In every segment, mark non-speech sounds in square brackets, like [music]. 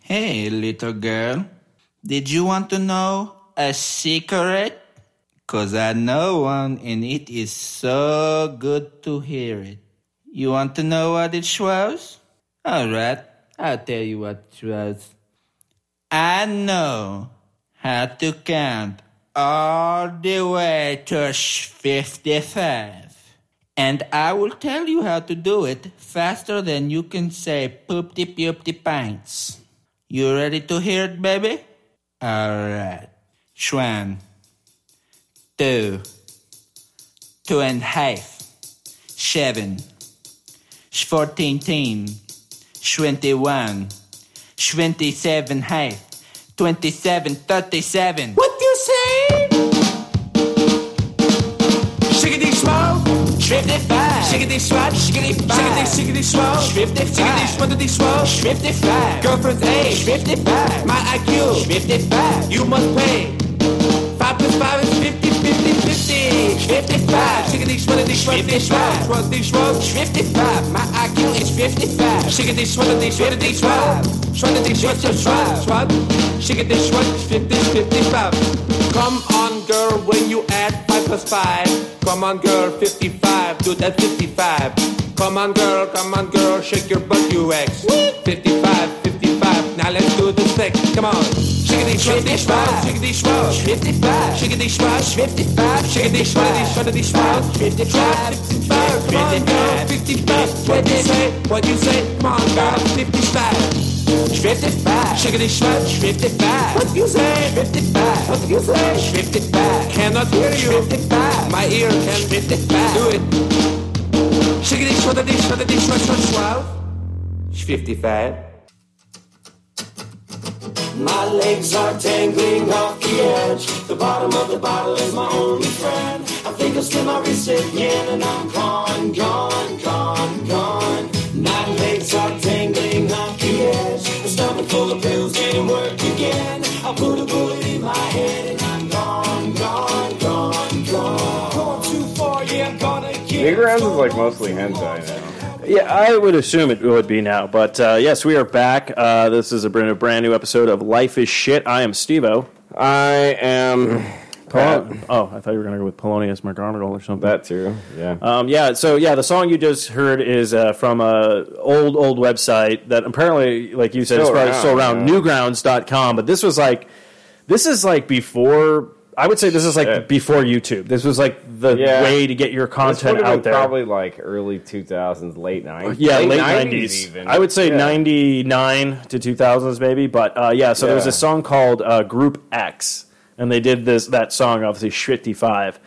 Hey, little girl. Did you want to know a secret? 'Cause I know one and it is so good to hear it. You want to know what it was? Alright, I'll tell you what it was. I know how to count all the way to sh- 55. And I will tell you how to do it faster than you can say poopty poopty pints. You ready to hear it, baby? Alright. Schwan. Two. Two and half. Seven. Fourteen. Twenty-one. Twenty-seven half. Twenty-seven. Thirty-seven. What you say? Shiggity smoke, Fifty-five. shiggity swat, shiggity Five. shiggity shiggity smoke, Fifty shiggity five. swattity smoke. Fifty-five. Girlfriend's age, Fifty-five. my IQ, Fifty-five. you must pay. Five plus five is fifty, fifty, fifty. Fifty-five. Shiggity swattity swattity swat, Fifty-five. swattity swat. Fifty-five. My IQ is fifty-five. Shiggity swattity swattity swat, swattity swat swat swat swat. Shiggity swat fifty fifty five. Come on, girl, when you add five plus five. Come on, girl, fifty five. Do that fifty five. Come on, girl, come on, girl, shake your butt, you ex. Fifty five, fifty five. Now let's do the sex. Come on. Shiggity swattity swat, shiggity swat. Fifty-five. Shiggity swat, Fifty-five. shiggity swattity swattity swat. Fifty five, fifty five. Come on, girl, fifty five. What you say? What you say? Come on, girl, fifty five. Fifty-five. Shiggity schmuck, Fifty-five. What you say? Fifty-five. What you say? Fifty-five. Cannot hear you. Fifty-five. My ear can Fifty-five. do it. Shiggity shwattity shwattity shwat shwat shwat. Fifty-five. My legs are tangling off the edge. The bottom of the bottle is my only friend. I think I'll slit my wrist again, and I'm gone, gone, gone, gone. My legs are tangling off the edge. The stomach full of pills didn't work again. I put a bullet in my head, and I'm gone, gone, gone, gone. Going too far, yeah, I'm gonna get. Nigger House is like mostly hentai now. Yeah, I would assume it would be now. But uh, yes, we are back. Uh, this is a brand, a brand new episode of Life is Shit. I am Stevo. I am Pat. Oh, I thought you were going to go with Polonius McGonagall or something. that too. Yeah. Um, yeah, so yeah, the song you just heard is uh, from a old old website that apparently, like you said, Still it's probably around, still around yeah. newgrounds.com, but this was like this is like before I would say this is like Yeah. before YouTube. This was like the Yeah. way to get your This would've content been out there. Probably like early 2000s, late 90s. yeah, late 90s nineties. I would say Yeah. ninety nine to two thousands, maybe. But uh, yeah, so there was Yeah. a song called uh, Group X, and they did this that song obviously Shitty Five,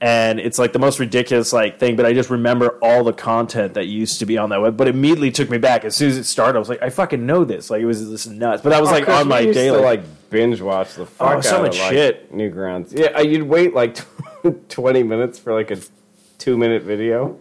and it's like the most ridiculous like thing. But I just remember all the content that used to be on that web. But immediately took me back as soon as it started. I was like, I fucking know this. Like it was this nuts. But I was Oh, like 'cause on we my used daily. to, like binge watch the fuck Oh, out so of much like, shit. Newgrounds. Yeah, uh, you'd wait like [laughs] 20 minutes for like a two minute video.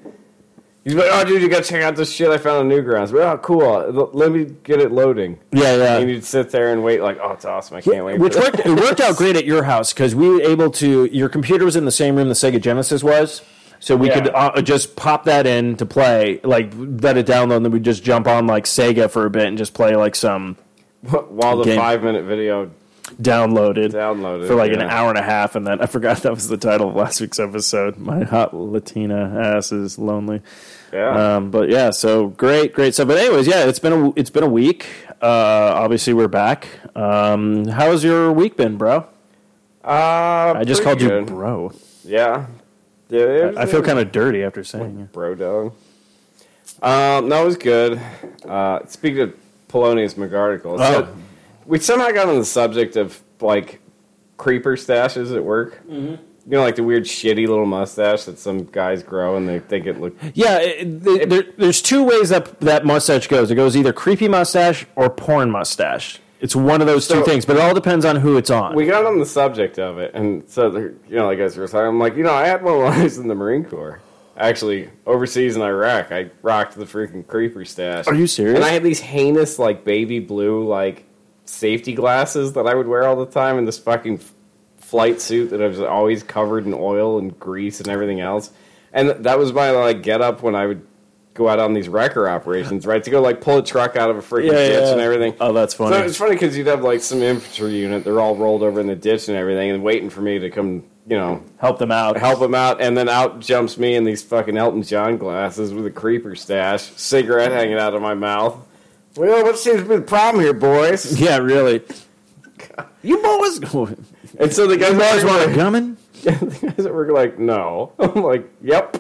You'd be like, oh, dude, you gotta check out this shit I found on Newgrounds. But, oh, cool. L- Let me get it loading. yeah, yeah. And you'd sit there and wait, like, oh, it's awesome. I can't wait. Which for worked, it worked out great at your house because we were able to. Your computer was in the same room the Sega Genesis was, so we could Yeah. uh, just pop that in to play, like let it download, and then we'd just jump on like Sega for a bit and just play like some this." While the Game. five minute video downloaded, Downloaded, for like an yeah. hour and a half, and then I forgot that was the title of last week's episode. My hot Latina ass is lonely. Yeah. Um, but yeah, so great, great stuff. But anyways, yeah, it's been a it's been a week. Uh, obviously, we're back. Um, how's your week been, bro? Uh, I just pretty called good. you bro. Yeah. yeah it was- I feel kind of dirty after saying bro dog. Um, that was good. Uh, speaking of Polonius McArticle, so Oh. we somehow got on the subject of like creeper stashes at work. You know, like the weird shitty little mustache that some guys grow and they think it look. it. Yeah, it, th there, there's two ways that that mustache goes. It goes either creepy mustache or porn mustache. It's one of those two So- things, but it all depends on who it's on. We got on the subject of it, and so they're- you know, like as we were talking, I'm like, you know, I had one when I was in the Marine Corps. Actually, overseas in Iraq, I rocked the freaking creeper stash. Are you serious? And I had these heinous, like baby blue, like safety glasses that I would wear all the time, and this fucking f- flight suit that I was always covered in oil and grease and everything else. And that was my like get up when I would go out on these wrecker operations, right? To go like pull a truck out of a freaking Yeah, yeah, ditch yeah. and everything. Oh, that's funny. So it's funny because you'd have like some infantry unit, they're all rolled over in the ditch and everything, and waiting for me to come, you know, Help them out. help them out. And then out jumps me in these fucking Elton John glasses with a creeper stash, cigarette hanging out of my mouth. Well, what seems to be the problem here, boys? [laughs] Yeah, really. You boys, [laughs] And so the guys, guys were- want a gummin? the guys at work were like, [laughs] no. [laughs] I'm like, yep.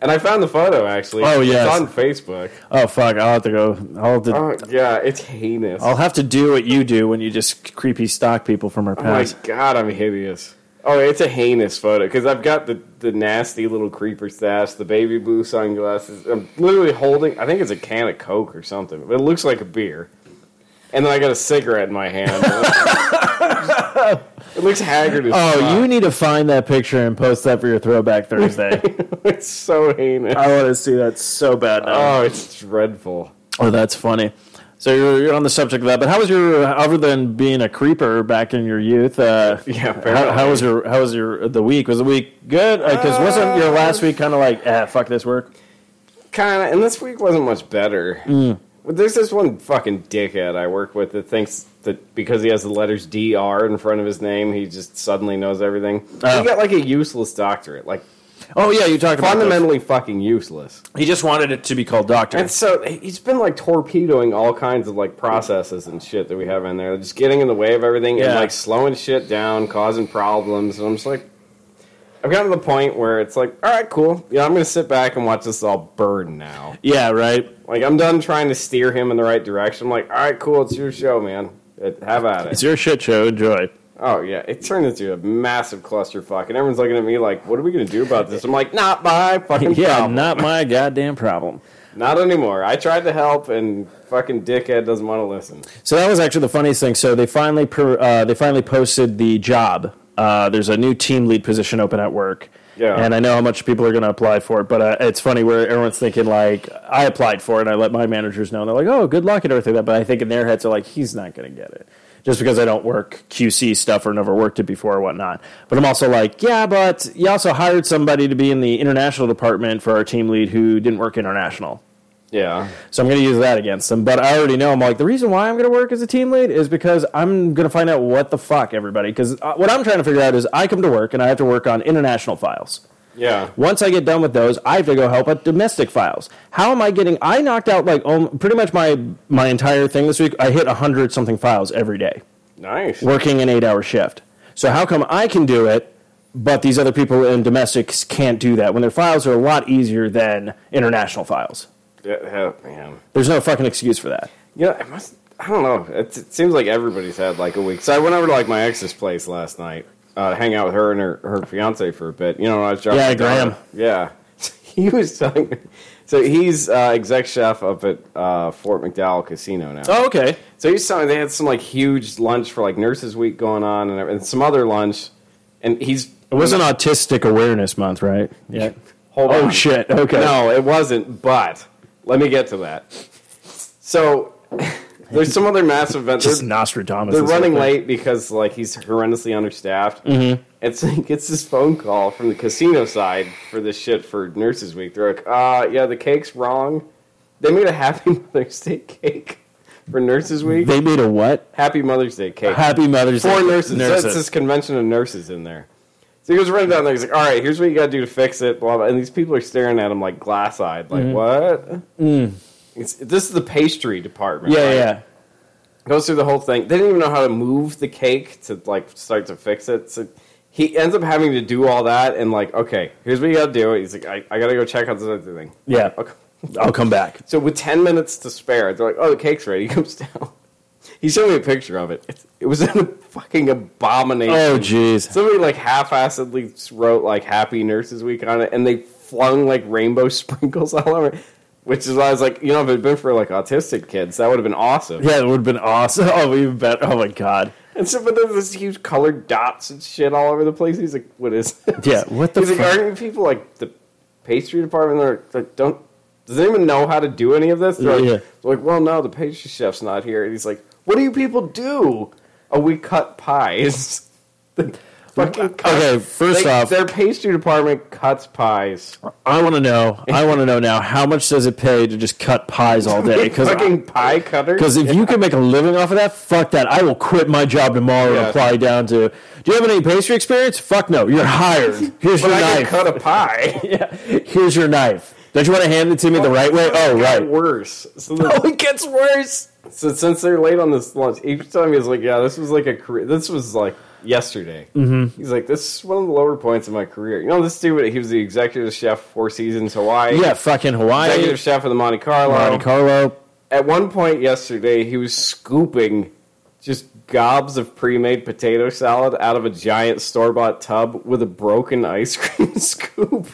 And I found the photo actually. Oh, yeah, It's yes. on Facebook. Oh fuck! I'll have to go. I'll have to, Oh, yeah, it's heinous. I'll have to do what you do when you just creepy stalk people from our Oh my past. god, I'm hideous. Oh, it's a heinous photo because I've got the, the nasty little creeper stash, the baby blue sunglasses. I'm literally holding, I think it's a can of Coke or something, but it looks like a beer. And then I got a cigarette in my [laughs] hand. it looks haggard as oh, fuck. [laughs] you need to find that picture and post that for your Throwback Thursday. It's so heinous. I want to see that so bad. Now. Oh, it's dreadful. Oh, that's funny. So you're, you're on the subject of that, but how was your other than being a creeper back in your youth? [laughs] Uh, Yeah, how, how was your how was your the week? Was the week good? Because wasn't your last week kind of like ah fuck this work? kind of, and this week wasn't much better. Mm. But there's this one fucking dickhead I work with that thinks that because he has the letters DR in front of his name, he just suddenly knows everything. Oh. He got like a useless doctorate, like Oh yeah, you talked about this. fundamentally fucking useless. He just wanted it to be called doctor. And so he's been like torpedoing all kinds of like processes and shit that we have in there, just getting in the way of everything and Yeah. like slowing shit down, causing problems. And I'm just like, I've gotten to the point where it's like, all right, cool. Yeah, I'm gonna sit back and watch this all burn now. yeah, right. Like I'm done trying to steer him in the right direction. I'm like, all right, cool, it's your show, man. It- Have at It's it. your shit show. Enjoy. Oh yeah, it turned into a massive clusterfuck, and everyone's looking at me like, what are we gonna do about this? I'm like, not my fucking [laughs] Yeah, problem. not my goddamn problem. Not anymore. I tried to help, and fucking dickhead doesn't want to listen. So that was actually the funniest thing. So they finally per, uh, they finally posted the job. Uh, there's a new team lead position open at work. Yeah. And I know how much people are going to apply for it, but uh, it's funny where everyone's thinking like, I applied for it, and I let my managers know, and they're like, oh, good luck and everything like that. But I think in their heads, they're like, he's not going to get it, just because I don't work QC stuff or never worked it before or whatnot. But I'm also like, yeah, but you also hired somebody to be in the international department for our team lead who didn't work international. Yeah, So I'm going to use that against them. But I already know I'm like the reason why I'm going to work as a team lead is because I'm going to find out what the fuck everybody. Because what I'm trying to figure out is I come to work and I have to work on international files. yeah. Once I get done with those, I have to go help out domestic files. How am I getting? I knocked out like um, pretty much my my entire thing this week. I hit hundred something files every day, Nice. working an eight hour shift. So how come I can do it, but these other people in domestics can't do that when their files are a lot easier than international files? Yeah, yeah, man. There's no fucking excuse for that. You know, I must. I don't know. It, it seems like everybody's had like a week. So I went over to like my ex's place last night, uh, hang out with her and her, her fiance for a bit. You know, when I was driving. Yeah, down- Graham. Yeah, [laughs] he was telling me. So he's uh, exec chef up at uh, Fort McDowell Casino now. Oh, okay. So he's telling me they had some like huge lunch for like Nurses Week going on and, everything, and some other lunch, and he's It was an Autistic Awareness Month, right? Yeah. Hold Oh on. shit. Okay. No, it wasn't. But let me get to that. So [laughs] there's some other massive event. Just They're- Nostradamus. They're is running up there. late because like he's horrendously understaffed. Mm-hmm. And so he gets this phone call from the casino side for this shit for Nurses Week. They're like, uh, yeah, the cake's wrong. They made a Happy [laughs] Mother's Day cake for Nurses Week. They made a what? Happy Mother's Day cake. Happy Mother's Four Day. nurses. That's this convention of nurses in there. So he goes running down there. He's like, all right, here's what you got to do to fix it. Blah, blah. And these people are staring at him like glass eyed. Like, what? It's, this is the pastry department. Mm-hmm. Mm. Yeah, right? yeah, yeah. goes through the whole thing. They didn't even know how to move the cake to like start to fix it. So he ends up having to do all that and like, okay, here's what you gotta do. He's like, I, I gotta go check out this other thing. Yeah. Okay. I'll come back. So with ten minutes to spare, they're like, oh, the cake's ready. [laughs] He comes down. He showed me a picture of it. It's- It was [laughs] a fucking abomination. Oh jeez. Somebody like half-assedly wrote like "Happy Nurses Week" on it, and they flung like rainbow [laughs] sprinkles all over. it. Which is why I was like, you know, if it'd been for like autistic kids, that would have been awesome. Yeah, it would have been awesome. [laughs] Oh, even better. Oh my god. And so, but there's this huge colored dots and shit all over the place. He's like, "What is?" This? Yeah, what the He's like, fuck? "Aren't you people like the pastry department? They're like, don't does anyone know how to do any of this?" They're like, Yeah. they're like, "Well, no, the pastry chef's [laughs] not here." And he's like, "What do you people do?" Oh, we cut pies. Fucking Okay, first They- off, their pastry department cuts pies. I want to know. I want to know now. How much does it pay to just cut pies all day? [laughs] Because fucking pie cutters. Because if you can make a living off of that, fuck that. I will quit my job tomorrow and Yeah. apply down to. Do you have any pastry experience? Fuck no. You're hired. Here's but your I can knife. cut a pie. [laughs] Here's your knife. Don't you want to hand it to me the right way? Oh, got right. Oh, worse. So, [laughs] the, it gets worse. so since they're late on this lunch, each time he's like, "Yeah, this was like a career. This was like yesterday." Mm-hmm. He's like, "This is one of the lower points of my career." You know, this dude. He was the executive chef Four Seasons Hawaii. Yeah, fucking Hawaii, executive chef of the Monte Carlo. Monte Carlo. At one point yesterday, he was scooping just gobs of pre-made potato salad out of a giant store-bought tub with a broken ice cream [laughs] scoop.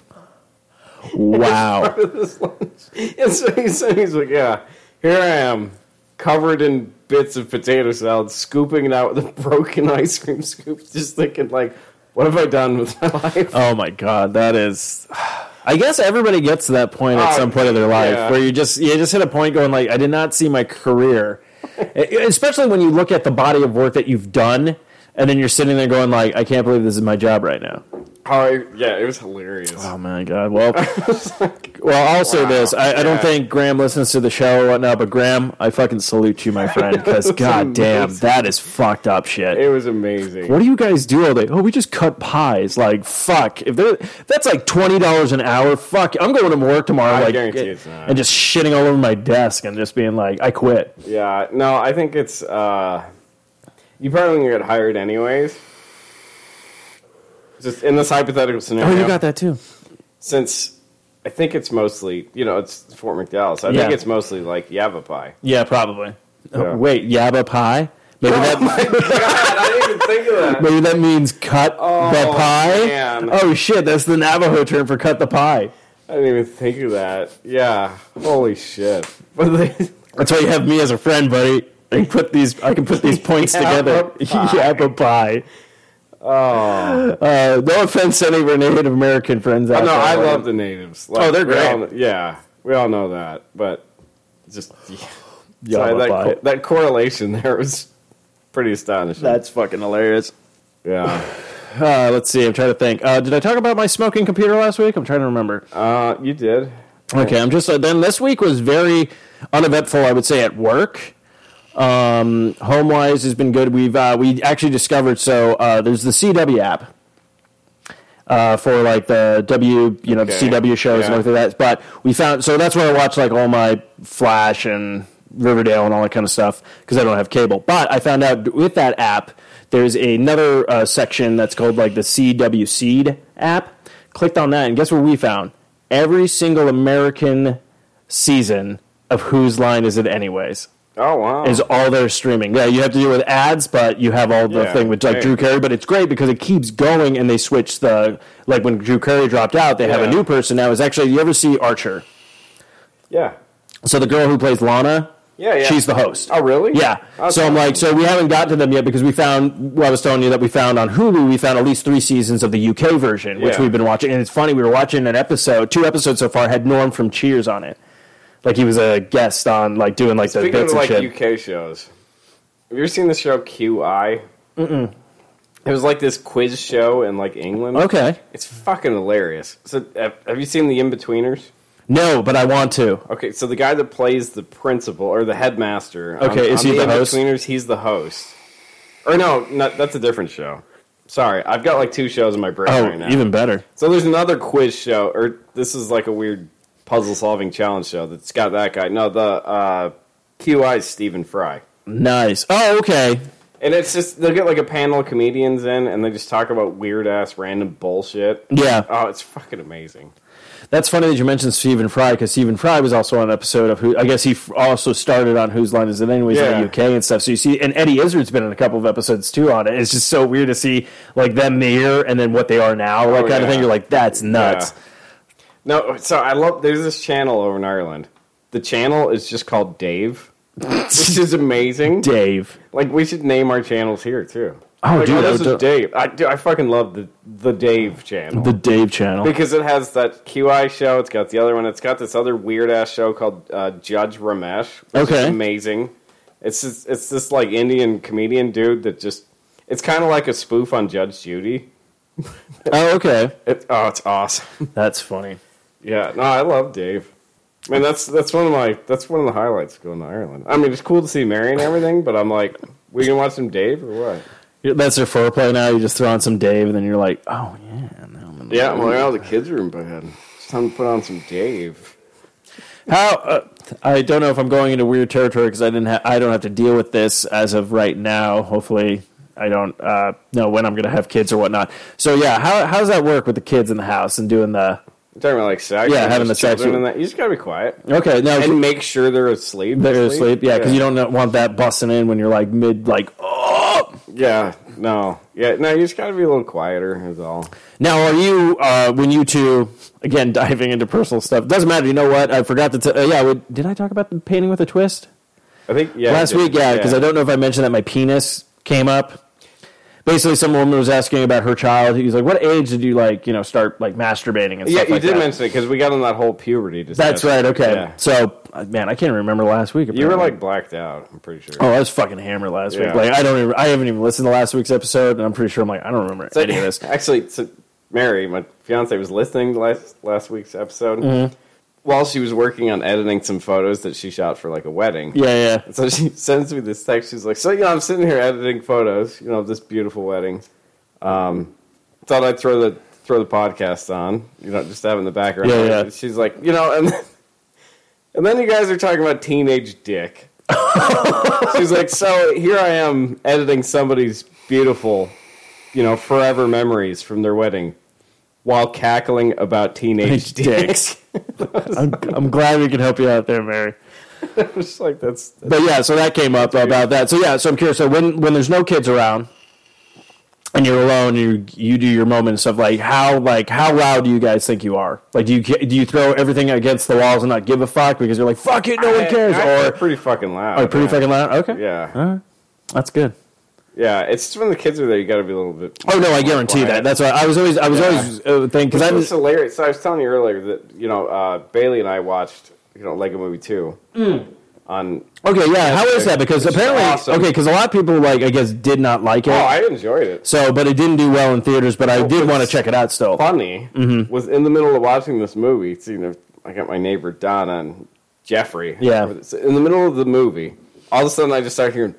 [laughs] Wow. part of this lunch. And so he said, he's like, yeah, here I am, covered in bits of potato salad, scooping it out with a broken [laughs] ice cream scoop, just thinking, like, what have I done with my [laughs] life? Oh my god, that is. [sighs] I guess everybody gets to that point at Oh, some point of their life yeah. where you just you just hit a point going like I did not see [laughs] my career, E, especially when you look at the body of work that you've done, and then you're sitting there going like I can't believe this is my job right now. Oh, yeah, it was hilarious. Oh my god. Well, [laughs] well, I'll say Wow. this: I, I don't Yeah. think Graham listens to the show or whatnot, but Graham, I fucking salute you, my friend, [laughs] because goddamn, that is fucked up shit. It was amazing. What do you guys do all day? Oh, we just cut pies. Like fuck. If they're that's like twenty dollars an hour. Fuck. I'm going to work tomorrow. I like, guarantee it's not. And just shitting all over my desk and just being like, I quit. Yeah, no, I think it's, uh, you probably wouldn't get hired anyways. Just in this hypothetical scenario. Oh, you got that too. Since I think it's mostly, you know, it's Fort McDowell, so I Yeah. think it's mostly like Yavapai. Yeah, probably. Yeah. Wait, yabba pie. Maybe that [laughs] I didn't even think of that. maybe that means cut the Oh, pie. man. Oh shit, that's the Navajo term for cut the pie. I didn't even think of that. Yeah. Holy shit. [laughs] But they, That's why you have me as a friend, buddy. I can put these. I can [laughs] put these points together. [laughs] Yabba pie. Yabba pie. Oh. Uh, no offense to any of our Native American friends out Oh, no, there. I love the natives. Like, Oh, they're we great. all kn- yeah. We all know that. But just yeah. Yabba Sorry, that, pie. co- that correlation [laughs] there was pretty astonishing. That's fucking hilarious. yeah. Uh, let's see. I'm trying to think. Uh, did I talk about my smoking computer last week? I'm trying to remember. Uh, you did. Okay, I'm just uh, then this week was very uneventful, I would say, at work. Um, home wise has been good. We've uh, we actually discovered so uh, there's the CW app uh, for like the W you know the Okay, CW shows and yeah. everything like that. But we found so that's where I watch like all my Flash and Riverdale and all that kind of stuff because I don't have cable. But I found out with that app there's another uh, section that's called like the CW Seed app. Clicked on that and guess what we found? Every single American season of Whose Line Is It Anyways Oh wow. is all their streaming. Yeah, you have to deal with ads, but you have all the Yeah, thing with like hey. Drew Carey. But it's great because it keeps going, and they switch the like when Drew Carey dropped out, they have a Yeah. new person now. Is actually you ever see Archer? yeah. So the girl who plays Lana, Yeah, yeah. she's the host. Oh really? Yeah. That's so I'm like, awesome. so we haven't got to them yet because we found, well, I was telling you that we found on Hulu, we found at least three seasons of the UK version, which Yeah. we've been watching. And it's funny, we were watching an episode, two episodes so far, had Norm from Cheers on it. Like he was a guest on, like doing like the Speaking bits of like and shit. UK shows, have you ever seen the show QI? Mm-mm. It was like this quiz show in like England. okay. It's fucking hilarious. So, have have you seen the In Betweeners? No, but I want to. Okay, so the guy that plays the principal or the headmaster. on- Okay, is on he the In host? Betweeners, he's the host. Or no, no, that's a different show. Sorry, I've got like two shows in my brain Oh, right now. even better. so there's another quiz show, or this is like a weird puzzle solving challenge show that's got that guy. No, the uh, QI is Stephen Fry. Nice. Oh, okay. And it's just they'll get like a panel of comedians in, and they just talk about weird ass random bullshit. Yeah. Oh, it's fucking amazing. That's funny that you mentioned Stephen Fry because Stephen Fry was also on an episode of Who. I guess he f- also started on Whose Line Is It Anyways in Yeah. the UK and stuff. So you see, and Eddie Izzard's been in a couple of episodes too on it. It's just so weird to see like them there and then what they are now, like Oh, kind of yeah. thing. You're like, that's nuts. Yeah. No, so I love. There's this channel over in Ireland. The channel is just called Dave, which is amazing. [laughs] Dave. Like we should name our channels here too. Oh, Like, dude, I this would is do- Dave. I, dude, I fucking love the the Dave channel The Dave channel. because it has that QI show. It's got the other one. It's got this other weird ass show called uh, Judge Ramesh. Which Okay. is amazing. It's just, it's this like Indian comedian dude that just It's kind of like a spoof on Judge Judy. Oh, okay. It, oh, it's awesome. [laughs] That's funny. Yeah, no, I love Dave. Man, that's that's one of my that's one of the highlights of going to Ireland. I mean, it's cool to see Mary and everything, but I'm like, we can watch some Dave or what? That's your foreplay now. You just throw on some Dave, and then you're like, oh yeah. Now I'm in the Yeah, I'm like, oh, the kids are in bed. It's time to put on some Dave. How uh, I don't know if I'm going into weird territory because I didn't. Ha- I don't have to deal with this as of right now. Hopefully, I don't uh, know when I'm going to have kids or whatnot. So yeah, how how does that work with the kids in the house and doing the? You're talking about like sex, Yeah, and having there's the sex. children and that. You just gotta be quiet Okay, now and make sure they're asleep. they're asleep. Yeah, because you don't know- want that busting in when you're like mid, like oh. Yeah, no, yeah, no. You just gotta be a little quieter. Is all. Now, are you uh, when you two again [laughs] diving into personal stuff? Doesn't matter. You know what? I forgot to. T- uh, yeah, we, did I talk about the painting with a twist? I think yeah. last week, yeah, because I don't. don't know if I mentioned that my penis came up. Basically, some woman was asking about her child. He was like, "What age did you like, you know, start like masturbating and Yeah, stuff you like did that?" mention it because we got on that whole puberty. Discussion. That's right. Okay, Yeah. so uh, man, I can't remember last week. You were apparently. like blacked out. I'm pretty sure. "Oh, I was fucking hammered last Yeah. week." Like, I don't, even, I haven't even listened to last week's episode, and I'm pretty sure I'm like, I don't remember So- any of [laughs] this. Actually, so Mary, my fiance, was listening to last last week's episode Mm-hmm. while she was working on editing some photos that she shot for like a wedding. Yeah, yeah. And so she [laughs] sends me this text. She's like, "So you know, I'm sitting here editing photos, you know, of this beautiful wedding. Um, thought I'd throw the throw the podcast on, you know, just to have in the background." Yeah, yeah. And She's like, "You know," and then, and then you guys are talking about teenage [laughs] dick. She's like, "So here I am editing somebody's beautiful, you know, forever memories from their wedding." While cackling about teenage dick, [laughs] Dicks. I'm, I'm glad we can help you out there, Mary. I was just like, "That's But yeah, so that came up about that. So yeah, so I'm curious. So when when there's no kids around and you're alone, you you do your moment and stuff. Like how like how loud do you guys think you are? Like do you do you throw everything against the walls and not give a fuck because you're like fuck it, no one cares, I- I- or pretty fucking loud." are you pretty yeah. fucking loud? Okay, Yeah. that's good. Yeah, it's just when the kids are there, you got to be a little bit. Oh no, I guarantee that. That's why I was always I was always uh, thinking It because was I'm hilarious. So I was telling you earlier that you know uh, Bailey and I watched you know Lego Movie Two Hmm. on. okay. Yeah, how is that? Because It's apparently awesome. okay, because a lot of people like I guess did not like it. Oh, I enjoyed it. so, but it didn't do well in theaters. But I did it's want to check it out still. Funny Mm-hmm. was in the middle of watching this movie. So, you know, I got my neighbor Donna and Jeffrey. Yeah. So in the middle of the movie, all of a sudden I just start hearing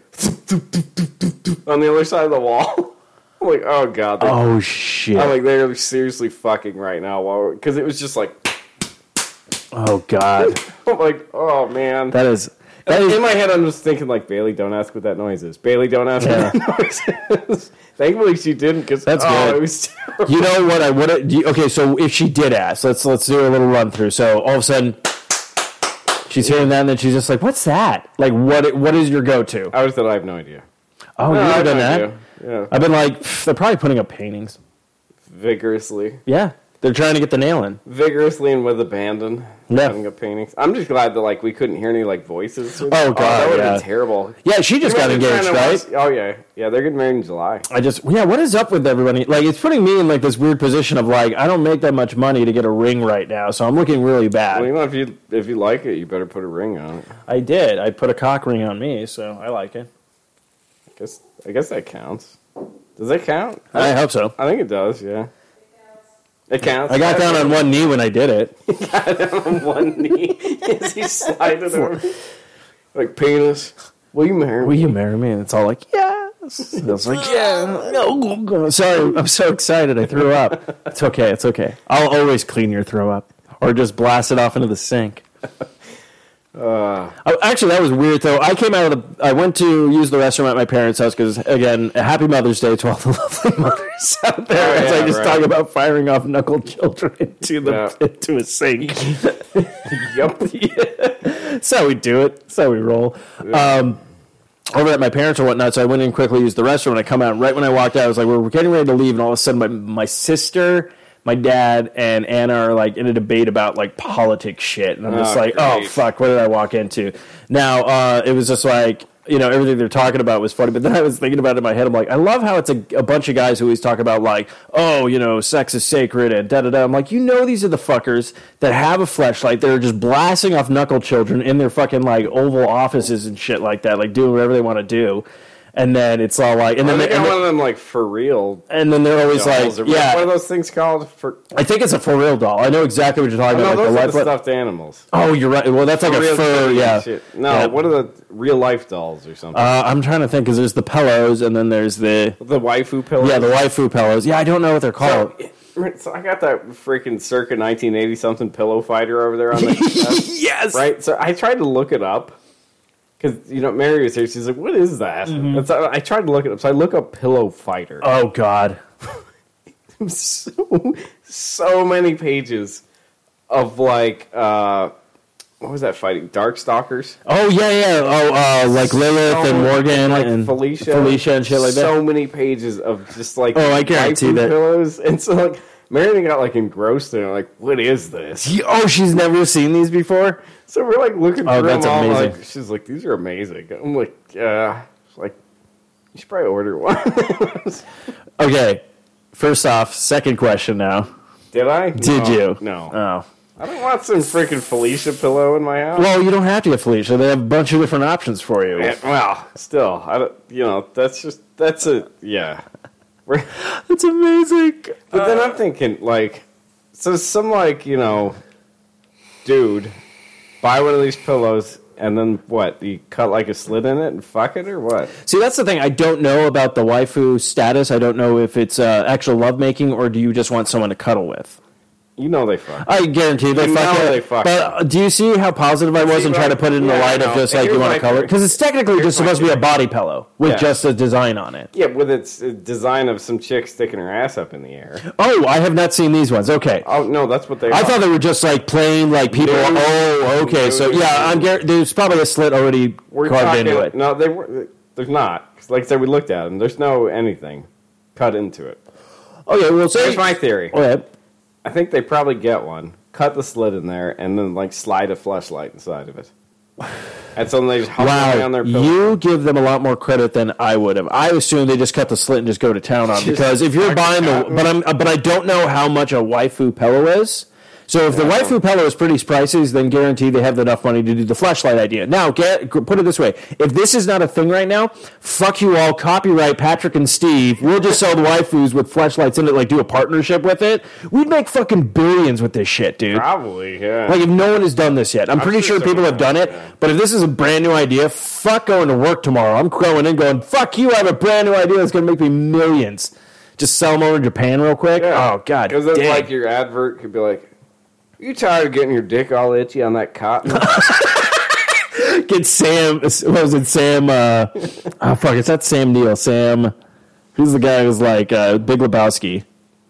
on the other side of the wall. [laughs] I'm like, oh god, they're Oh shit! I'm like they're seriously fucking right now, because it was just like, [laughs] Oh god, I'm like, oh man, that is that is in my head, I'm just thinking like Bailey, don't ask what that noise is. Bailey, don't ask Yeah. what that [laughs] noise is. Thankfully, she didn't because That's oh, good. it was terrible. you know what I would have okay. So if she did ask, let's let's do a little run through. So all of a sudden, she's hearing that, and then she's just like, "What's that? Like what? What is your go to?" I was that I have no idea. Oh, I you've have done no that. idea. Yeah, I've been like, "Pff, they're probably putting up paintings. vigorously, Yeah, they're trying to get the nail in. vigorously, and with abandon. Yeah. Having a paintings. I'm just glad that like we couldn't hear any like voices. Oh God, that would yeah. been terrible. Yeah, she just got Imagine trying engaged, to right? watch- Oh yeah, yeah. They're getting married in July. I just yeah, what is up with everybody? Like it's putting me in like this weird position of like I don't make that much money to get a ring right now, so I'm looking really bad. Well, you know, if you if you like it, you better put a ring on it. I did. I put a cock ring on me, so I like it. I guess I guess that counts. Does that count? I hope so. I think it does. Yeah. It counts. I got down on one knee when I did it. [laughs] one knee [laughs] as he slided [laughs] over. Like penis. Will you marry Will me? you marry me? And it's all like, yes. And I was like, yeah. No, no. sorry. I'm so excited. I threw up. It's okay. It's okay. I'll always clean your throw up, or just blast it off into the sink. Oh, actually, that was weird though. I came out of the. I went to use the restroom at my parents' house because, again, Happy Mother's Day to all the [laughs] lovely mothers out there. Oh, as yeah, I just right. talk about firing off knuckle children [laughs] into the Yeah. into a sink. [laughs] [laughs] Yup. That's how we do it. That's how we roll. Um, over at my parents or whatnot, so I went in quickly, used the restroom, and I come out. And right when I walked out, I was like, "We're getting ready to leave," and all of a sudden, my my sister, my dad, and Anna are like in a debate about like politics shit, and I'm just Oh, like, "Oh great. fuck, what did I walk into?" Now uh, it was just like. You know everything they're talking about was funny, but then I was thinking about it in my head. I'm like, I love how it's a, a bunch of guys who always talk about like, oh, you know, sex is sacred and da da da. I'm like, you know, these are the fuckers that have a flashlight. They're just blasting off knuckle children in their fucking like Oval offices and shit like that, like doing whatever they want to do. And then it's all like, and I then, think they, I and, one then of them like for real. and then they're always dolls. like, Or what- What are yeah, those things called? For I think it's a for real doll. I know exactly what you're talking no, about. like those the are life, the stuffed animals. oh, you're right. Well, that's like a real fur, shit. yeah. Shit. No, Yeah. what are the real life dolls or something? Uh, I'm trying to think because there's the pillows and then there's the the waifu pillow. yeah the waifu pillows. Yeah, I don't know what they're called. [laughs] So I got that freaking circa 1980 something pillow fighter over there on [laughs] the [laughs] yes, right. So I tried to look it up because you know Mary was here. She's like, "What is that?" And so I tried to look it up. So I look up pillow fighter. Mm-hmm. Oh God. so [laughs] so many pages of like uh, what was that fighting? Dark stalkers. Oh yeah, yeah. Oh, uh, like Lilith So- and Morgan like and Felicia, Felicia and shit like that. So many pages of just like Oh, I guarantee waifu that. pillows, and so like Marion got like engrossed in it. Like, what is this? Ye- Oh, she's never seen these before. So we're like looking Oh, through that's them all. amazing. Like, she's like, these are amazing. I'm like, yeah. She's like, you should probably order one. [laughs] Okay, first off, second question now. Did I? Did No, you? No. Oh. I don't want some freaking Felicia pillow in my house. Well, you don't have to get Felicia. They have a bunch of different options for you. Yeah, well, still, I don't, you know, that's just that's a yeah. We're- That's amazing. But then I'm thinking, like, so some, like, you know, dude, buy one of these pillows, and then what? You cut, like, a slit in it and fuck it, or what? See, that's the thing. I don't know about the waifu status. I don't know if it's uh, actual lovemaking or do you just want someone to cuddle with. You know they fuck. I guarantee they You fuck know it. they fuck But uh, do you see how positive I was See, in trying to like, put it in the yeah, I light of know. just And like you here's want to my color? theory. Because it's technically just my supposed to be a body pillow with Yeah. just a design on it. Yeah, with its uh, design of some chick sticking her ass up in the air. Oh, I have not seen these ones. Okay. Oh, no, that's what they I are. thought they were just like plain, like people. No. oh, okay. so No. yeah, I'm gar- there's probably a slit already We're carved talking, into it. No, they were, there's not. 'Cause Like I said, we looked at them. There's no anything cut into it. Okay, Oh, well, so Here's my theory. Okay. I think they probably get one, cut the slit in there, and then like slide a flashlight inside of it. And so they just hump it on Wow, their pillow. you give them a lot more credit than I would have. I assume they just cut the slit and just go to town on because if you're buying the, but I'm, but I don't know how much a waifu pillow is. So if the waifu pillow is pretty pricey, then guarantee they have enough money to do the flashlight idea. Now, get put it this way: if this is not a thing right now, fuck you all. Copyright Patrick and Steve. We'll just sell the waifus with flashlights in it. Like do a partnership with it. We'd make fucking billions with this shit, dude. Probably, yeah. Like, if no one has done this yet, I'm, pretty sure sure, people have someone done has, it. But if this is a brand new idea, fuck going to work tomorrow. I'm going in going, fuck you, I have a brand new idea that's going to make me millions. Just sell them over in Japan real quick. Yeah. Oh, God. Because then, dang. like, your advert could be like, "You tired of getting your dick all itchy on that cotton?" [laughs] Get Sam, [laughs] what was it, [laughs] Sam, uh, oh, fuck, it's not Sam Neil. Sam, who's the guy who's like uh, Big Lebowski?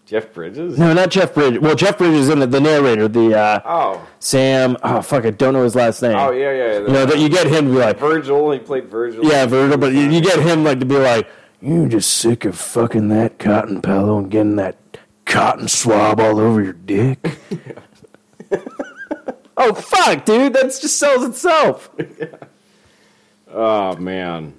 Jeff Bridges. No, not Jeff Bridges. Well, Jeff Bridges is in it, the narrator, the uh, Oh, Sam, oh, fuck, I don't know his last name. oh yeah, yeah. yeah. You know, that you get him to be like, Virgil. He played Virgil. Yeah, Virgil, but you, you get him like to be like, you just sick of fucking that cotton pillow and getting that cotton swab all over your dick. [laughs] [laughs] oh fuck, dude, that just sells itself, Oh man,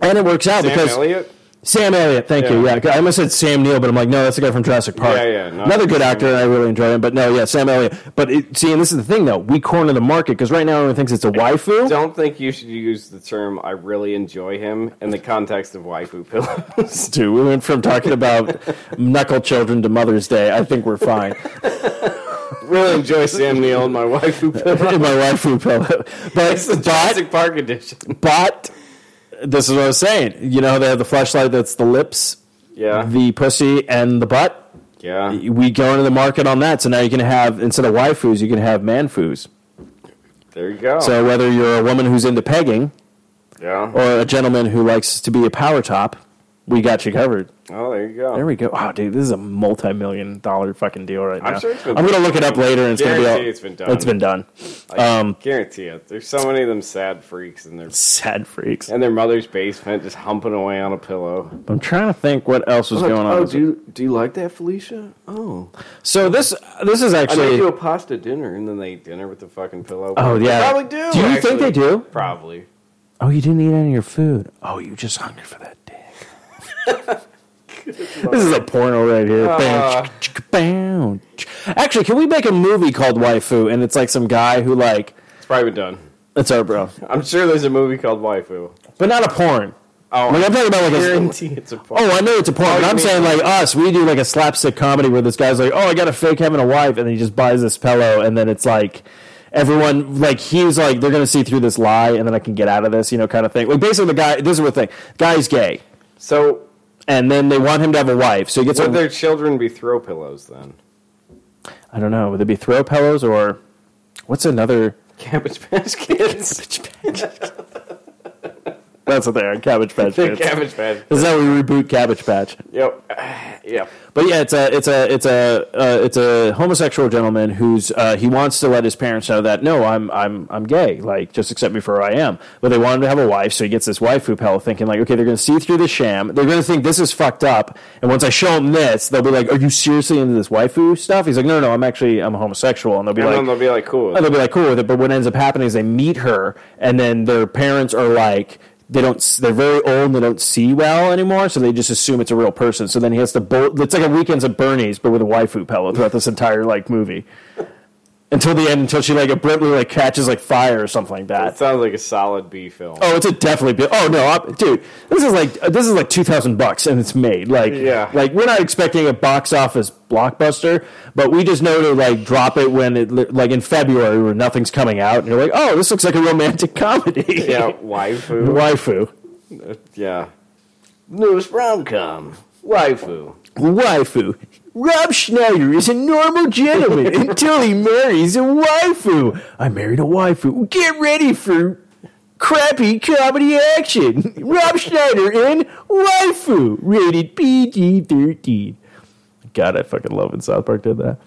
and it works out Sam because Elliott. Sam Elliott. Thank you. Yeah. Yeah, I almost said Sam Neill, but I'm like, no, that's the guy from Jurassic Park. Yeah, yeah, no, Another it's good Sam actor, and I really enjoyed him. But no, yeah, Sam Elliott. But it, see, and this is the thing though, we corner the market because right now everyone thinks it's a [laughs] waifu. Don't think you should use the term "I really enjoy him" in the context of waifu pillows. Dude, we went from talking about knuckle children to Mother's Day. I think we're fine. [laughs] really enjoy Sam Neill and my waifu [laughs] pillow. in my waifu pillow. It's [laughs] the But Jurassic Park edition. but this is what I was saying. You know, how they have the flashlight that's the lips, Yeah, the pussy, and the butt. yeah. We go into the market on that, so now you can have instead of waifus, you can have manfus. There you go. So whether you're a woman who's into pegging yeah. or a gentleman who likes to be a power top, we got you covered. Oh, there you go. There we go. Wow, dude, this is a multi-million dollar fucking deal right now. I'm sure it's been I'm gonna look it up later, and it's gonna be all, Guarantee it's been done. It's been done. Um, Guarantee it. There's so many of them sad freaks in their sad freaks. in their mother's basement, just humping away on a pillow. I'm trying to think what else was going on. oh, do you, do you like that, Felicia? Oh, So this this is I made you actually. a pasta dinner, and then they eat dinner with the fucking pillow. Oh They yeah. probably do. you actually. think they do? Probably. Oh, you didn't eat any of your food. Oh, you just hungry for that [laughs] dick. this is a porno right here. Uh-huh. Bam, chicka, chicka, bam. Actually, can we make a movie called Waifu? And it's like some guy who like It's probably been done. that's our bro, I'm sure there's a movie called Waifu. but not a porn. Oh, Like Oh, I'm talking about like guarantee a. it's a porn. [laughs] Oh, I know it's a porn. Oh, but you I'm mean- saying like us, we do like a slapstick comedy where this guy's like, "Oh, I got to fake having a wife," and he just buys this pillow, and then it's like everyone like he's like they're gonna see through this lie, and then I can get out of this, you know, kind of thing. Like basically, the guy. This is the thing. Guy's gay, So and then they want him to have a wife, so he gets. would A, their children be throw pillows then? I don't know. Would it be throw pillows or what's another? Cabbage Patch [laughs] Kids. That's what they are. Cabbage Patch Kids. Cabbage Patch. This is how we reboot Cabbage Patch. Yep. [sighs] Yep. But yeah, it's a it's a it's a uh, it's a homosexual gentleman who's uh, he wants to let his parents know that no, I'm I'm I'm gay. Like just accept me for who I am. But they want him to have a wife, so he gets this waifu pill, thinking like, okay, they're going to see through the sham. They're going to think this is fucked up. And once I show them this, they'll be like, are you seriously into this waifu stuff? He's like, no, no, no I'm actually I'm a homosexual, and they'll be And like, then they'll be like, cool. and Oh, they'll be like cool with it. But what ends up happening is they meet her, and then their parents are like, they don't. They're very old. and They don't see well anymore, so they just assume it's a real person. So then he has to. Bo- it's like a weekends at Bernie's, but with a waifu pillow throughout this entire like movie, until the end, until she like abruptly like catches like fire or something like That that. sounds like a solid B film. Oh, [laughs] it's a definitely. Be- oh no, i dude, this is like uh, this is like two thousand bucks, and it's made. Like, Yeah. like we're not expecting a box office blockbuster, but we just know to like drop it when it li- like in February where nothing's coming out, and you're like, oh, this looks like a romantic [laughs] comedy. Yeah, waifu. waifu, Yeah. Newest rom com. Waifu. waifu. Rob Schneider is a normal gentleman [laughs] until he marries a waifu. I married a waifu. Get ready for crappy comedy action. [laughs] Rob Schneider in Waifu, rated PG 13. God, I fucking love when South Park did that.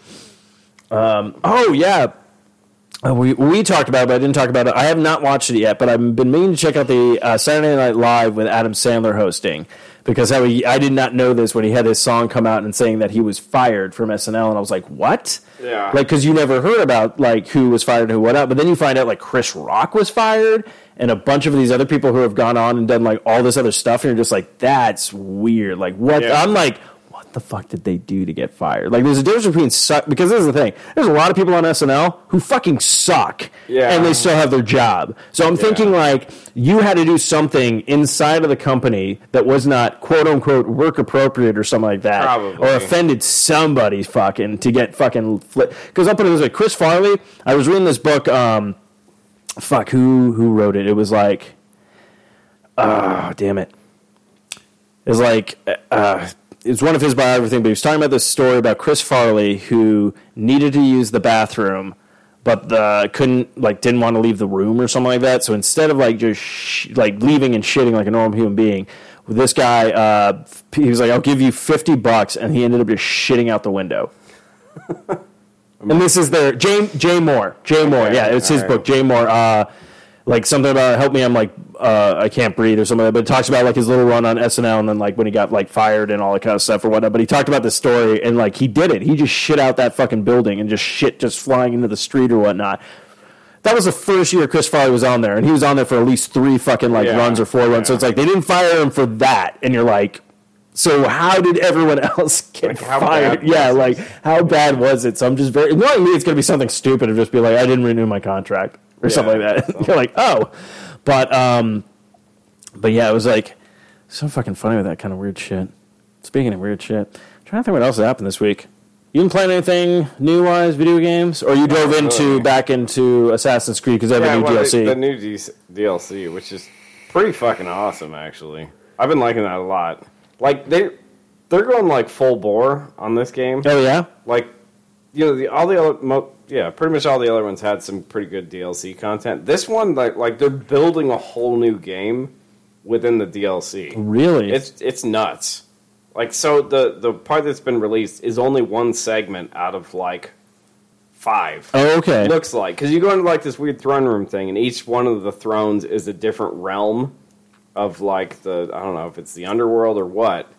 Um, oh, yeah. Uh, we, we talked about it, but I didn't talk about it. I have not watched it yet, but I've been meaning to check out the uh, Saturday Night Live with Adam Sandler hosting because how he, I did not know this when he had his song come out and saying that he was fired from SNL, and I was like, what? Yeah. Like, because you never heard about like who was fired and who went up, but then you find out like Chris Rock was fired and a bunch of these other people who have gone on and done like all this other stuff, and you're just like, that's weird. Like what? Yeah. I'm like, what the fuck did they do to get fired? Like there's a difference between suck because this is the thing. There's a lot of people on SNL who fucking suck, Yeah. and they still have their job. So I'm thinking like you had to do something inside of the company that was not quote unquote work appropriate or something like that, Probably. or offended somebody fucking to get fucking flip. Because I'll put it this way: Chris Farley. I was reading this book. Um, fuck who who wrote it? It was like, oh damn it. It was like uh, it's one of his biography thing, but he was talking about this story about Chris Farley who needed to use the bathroom, but the couldn't like didn't want to leave the room or something like that. So instead of like just sh- like leaving and shitting like a normal human being, this guy uh, he was like, "I'll give you fifty bucks," and he ended up just shitting out [laughs] the window. and this is their Jay Jay Moore, Jay Moore, yeah, it's his all right. book, Jay Moore. Uh, like something about help me i'm like uh, i can't breathe or something like that, but it talks about like his little run on snl and then like when he got like fired and all that kind of stuff or whatnot but he talked about this story and like he did it he just shit out that fucking building and just shit just flying into the street or whatnot that was the first year Chris Farley was on there, and he was on there for at least three fucking like Yeah, runs or four runs. So yeah. it's like they didn't fire him for that, and you're like, so how did everyone [laughs] else get how fired? bad Yeah, was like how bad was it? So I'm just very knowing me, it's gonna be something stupid of just be like, I didn't renew my contract or something like that. [laughs] you're like, oh, but um, but yeah, it was like so fucking funny with that kind of weird shit. Speaking of weird shit, I'm trying to think what else happened this week. You been playing anything new wise, video games, or you drove into really. back into Assassin's Creed because they have Yeah, a new well, DLC? The, the new DC DLC, which is pretty fucking awesome, actually. I've been liking that a lot. Like they, they're going like full bore on this game. oh yeah, Like, you know, the, all the other, mo- yeah, pretty much all the other ones had some pretty good DLC content. This one, like, like they're building a whole new game within the DLC. really? It's it's nuts. Like so the the part that's been released is only one segment out of like five. oh okay. It looks like because you go into like this weird throne room thing, and each one of the thrones is a different realm of like the I don't know if it's the underworld or what.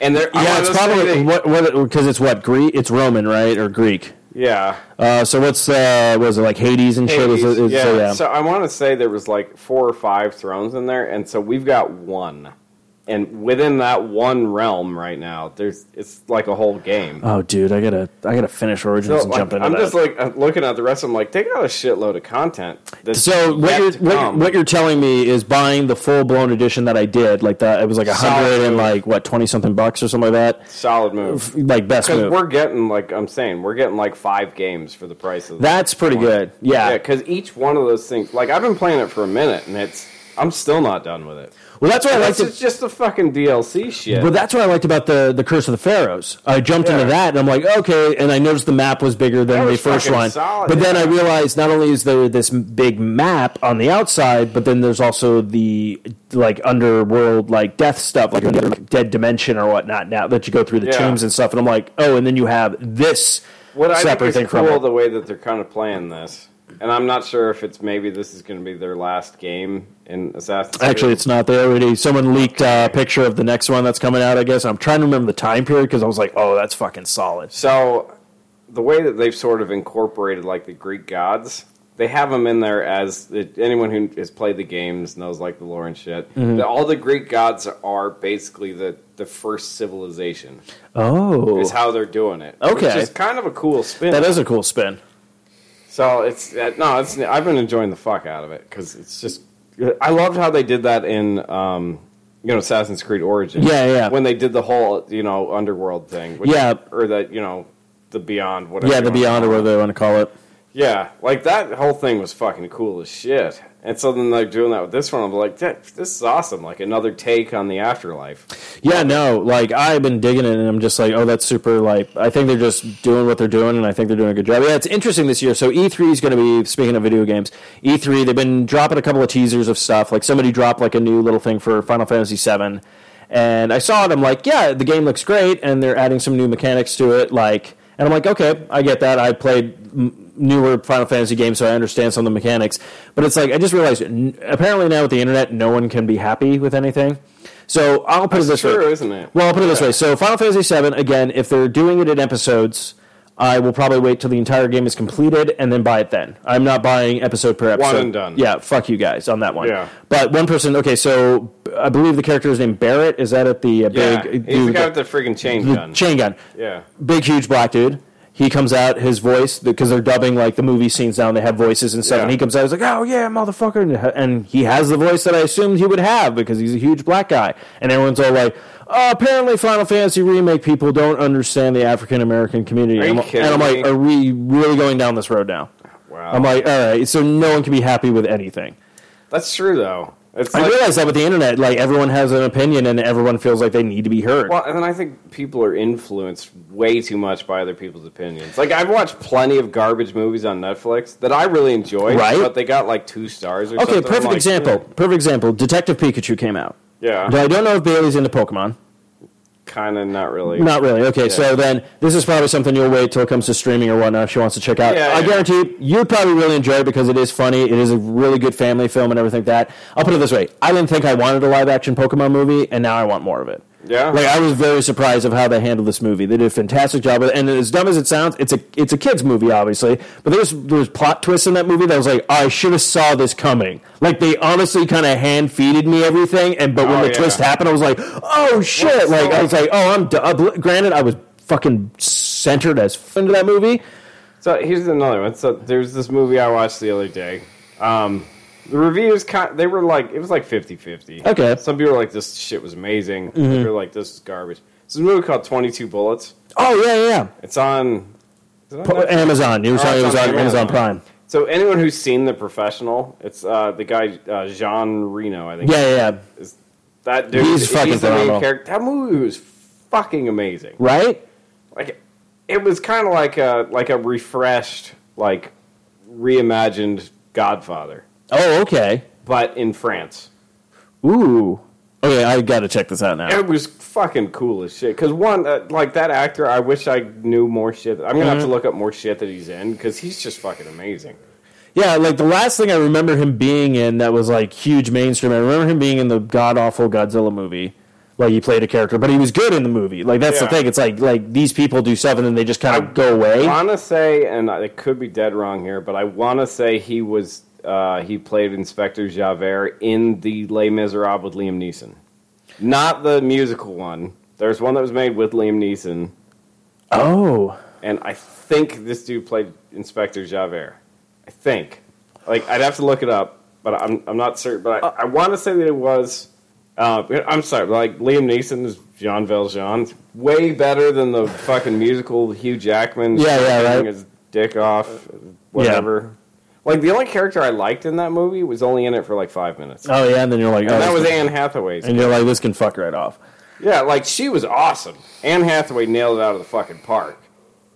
And they're I yeah, wanna it's say probably they- what because it's what Greek. It's Roman, right, or Greek? yeah. Uh, so what's uh, was it like Hades and shit? Is, Hades, is, is- yeah. So, yeah. So I want to say there was like four or five thrones in there, and so we've got one. and within that one realm right now, there's it's like a whole game. Oh, dude, I gotta, I gotta finish Origins So, and like, jump into I'm that. just like I'm looking at the rest. I'm like, they got a shitload of content. that's so what yet you're, to what, come. what you're telling me is buying the full blown edition that I did, like that. It was like a hundred and move. like what twenty something bucks or something like that. solid move. Like best Because move. we're getting like I'm saying, we're getting like five games for the price of That's pretty good. Yeah, Yeah. because each one of those things, like I've been playing it for a minute, and it's I'm still not done with it. Well, that's what I like. This To, is just the fucking DLC shit. But that's what I liked about the the Curse of the Pharaohs. I jumped Yeah. into that and I'm like, okay, and I noticed the map was bigger than That the was first fucking one. solid, but then yeah. I realized not only is there this m- big map on the outside, but then there's also the like underworld like death stuff, like another like, dead dimension or whatnot. Now that you go through the Yeah. tombs and stuff, and I'm like, oh, and then you have this what I think separate is thing from cool it. the way that they're kind of playing this, and I'm not sure if it's maybe this is going to be their last game in Assassin's. Creed. Actually, it's not. They already someone leaked uh, a picture of the next one that's coming out. I guess I'm trying to remember the time period because I was like, oh, that's fucking solid. so the way that they've sort of incorporated like the Greek gods. They have them in there as it, anyone who has played the games knows, like the lore and shit. Mm-hmm. that all the Greek gods are basically the, the first civilization. Oh, is how they're doing it. Okay. which is kind of a cool spin. that is a cool spin. so it's uh, no, it's I've been enjoying the fuck out of it because it's just I loved how they did that in um, you know Assassin's Creed Origins. Yeah, yeah. When they did the whole you know underworld thing. Which, Yeah. or the you know the beyond whatever. Yeah, you the wanna Beyond call or it. whatever they want to call it. Yeah, like that whole thing was fucking cool as shit. And so then like doing that with this one, I'm like, that, this is awesome. Like another take on the afterlife. Yeah, no, like I've been digging it, and I'm just like, oh, that's super. Like, I think they're just doing what they're doing, and I think they're doing a good job. Yeah, it's interesting this year. So E3 is going to be speaking of video games. E3, they've been dropping a couple of teasers of stuff. Like somebody dropped like a new little thing for Final Fantasy VII, and I saw it. I'm like, yeah, the game looks great, and they're adding some new mechanics to it. Like, and I'm like, okay, I get that. I played m- newer Final Fantasy games, so I understand some of the mechanics. But it's like I just realized n- apparently now with the internet, no one can be happy with anything. So I'll put it this Sure, way. isn't it? Well, I'll put it this way. So, Final Fantasy VII, again, if they're doing it in episodes, I will probably wait till the entire game is completed and then buy it then. I'm not buying episode per episode. and done. Yeah, fuck you guys on that one. Yeah. But one person, okay, so I believe the character is named Barrett. Is that at the uh, yeah, big he's the dude- guy with the freaking chain the gun. chain gun? yeah. Big, huge black dude. He comes out, his voice, because they're dubbing like the movie scenes now and they have voices and stuff. Yeah. And he comes out, he's like, oh yeah, motherfucker. And, and he has the voice that I assumed he would have because he's a huge black guy. And everyone's all like, oh, apparently Final Fantasy Remake people don't understand the African American community. Are you and, I'm, kidding and I'm like, me? Oh. are we really going down this road now? Wow. I'm like, all right, so no one can be happy with anything. That's true though. It's I like, realize that with the internet, like everyone has an opinion and everyone feels like they need to be heard. Well, and then I think people are influenced way too much by other people's opinions. Like I've watched plenty of garbage movies on Netflix that I really enjoyed, Right. but they got like two stars. or Okay, something. I'm perfect like, "Hmm." example. Perfect example. Detective Pikachu came out. Yeah. But I don't know if Bailey's into Pokemon. Kind of not really. Not really. Okay, Yeah. so then this is probably something you'll wait till it comes to streaming or whatnot if she wants to check out. Yeah, I yeah. guarantee you'd probably really enjoy it because it is funny. It is a really good family film and everything like that. I'll put it this way. I didn't think I wanted a live action Pokemon movie, and now I want more of it. Yeah. Like I was very surprised of how they handled this movie. They did a fantastic job with it. And as dumb as it sounds, it's a it's a kids movie, obviously. But there's there's plot twists in that movie that was like, I should have saw this coming. Like they honestly kind of hand feeded me everything, and but when Oh, the yeah. twist happened, I was like, oh shit! Well, Like so- I was like, oh, I'm. D-. Granted, I was fucking centered as f- into that movie. So here's another one. So there's this movie I watched the other day. Um, the reviews, kind, they were like, it was like 50-50. Okay. Mm-hmm. Some people were like, this shit was amazing. They were like, this is garbage. It's a movie called Twenty Two Bullets. Oh yeah, yeah, yeah. It's on. is it on Po- Netflix? Amazon. You were Oh, saying it it's was on on Amazon Amazon. Prime. So anyone who's seen The Professional, it's uh, the guy uh, Jean Reno, I think. Yeah, yeah, yeah. Is that dude? He's fucking the main phenomenal. character. That movie was fucking amazing. Right? Like it was kind of like a like a refreshed, like reimagined Godfather, Oh, okay. but in France. Ooh. Okay, I gotta check this out now. It was fucking cool as shit. Because one, uh, like that actor, I wish I knew more shit. I'm gonna have to look up more shit that he's in because he's just fucking amazing. Yeah, like the last thing I remember him being in that was like huge mainstream. I remember him being in the god awful Godzilla movie. Like he played a character, but he was good in the movie. Like that's Yeah. the thing. It's like like these people do stuff and then they just kind of go away. want to say, and I could be dead wrong here, but I want to say he was uh, he played Inspector Javert in the Les Miserables with Liam Neeson. Not the musical one. There's one that was made with Liam Neeson, Oh, and I think this dude played Inspector Javert. I think. Like I'd have to look it up, but I'm I'm not certain. But Uh, I, I want to say that it was. Uh, I'm sorry, but, like Liam Neeson is Jean Valjean, It's way better than the fucking musical Hugh Jackman. Yeah, yeah, cutting right. His dick off, whatever. Like the only character I liked in that movie was only in it for like five minutes. oh yeah, and then you're like, oh, And that was this- Anne Hathaway's. and you're like, this can fuck right off. Yeah, like she was awesome. Anne Hathaway nailed it out of the fucking park.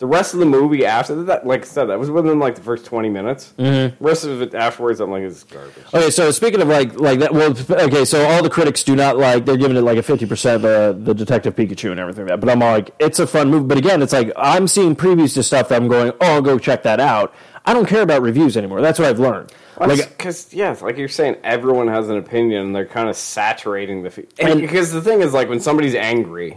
The rest of the movie after that, like I said, that was within like the first twenty minutes. Mm-hmm. The rest of it afterwards, I'm like, it's garbage. Okay, so speaking of like like that, well, okay, so all the critics do not like they're giving it like a fifty percent the the Detective Pikachu and everything like that. But I'm like, it's a fun movie. But again, it's like I'm seeing previews to stuff that I'm going, oh, I'll go check that out. I don't care about reviews anymore. That's what I've learned. Like, Because yeah, it's like you're saying, everyone has an opinion, and they're kind of saturating the. Fe- and And- Mm-hmm. because the thing is, like when somebody's angry,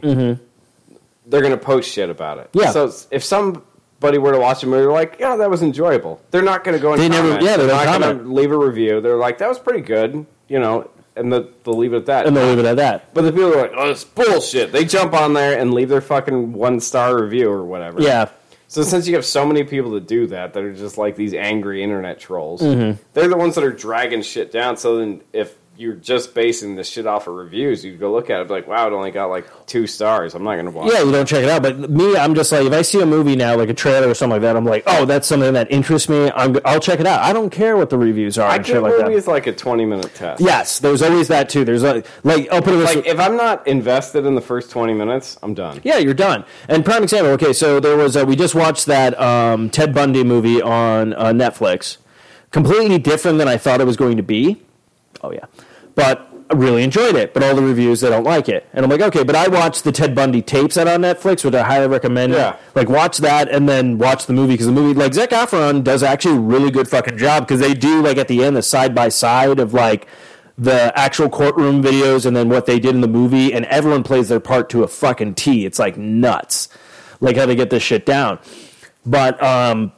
they're gonna post shit about it. Yeah. So it's- if somebody were to watch a movie, they're like, yeah, that was enjoyable. They're not gonna go. And They never- comment. yeah, they they're don't not gonna comment. leave a review. They're like, that was pretty good, you know, and the, they'll leave it at that. and they'll leave it at that. But the people are like, oh, it's bullshit. They jump on there and leave their fucking one star review or whatever. Yeah, So since you have so many people that do that, that are just like these angry internet trolls, Mm-hmm. they're the ones that are dragging shit down. So then if you're just basing this shit off of reviews, you go look at it and be like, wow, it only got like two stars. I'm not going to watch yeah, it. you don't check it out. But me, I'm just like, if I see a movie now, like a trailer or something like that, I'm like, oh, that's something that interests me. I'm, I'll check it out. I don't care what the reviews are I and shit think like movie that. is like a 20 minute test. Yes, there's always that too. There's like, like I'll put it this Like if I'm not invested in the first 20 minutes, I'm done. Yeah, you're done. And prime example. Okay, so there was uh, we just watched that um, Ted Bundy movie on uh, Netflix. Completely different than I thought it was going to be. Oh yeah, but I really enjoyed it. But all the reviews they don't like it, and I'm like, okay. But I watched the Ted Bundy tapes that are on Netflix, which I highly recommend. Yeah. like watch that and then watch the movie because the movie, like Zac Efron, does actually a really good fucking job because they do like at the end the side by side of like the actual courtroom videos and then what they did in the movie, and everyone plays their part to a fucking T. It's like nuts, like how they get this shit down. But um,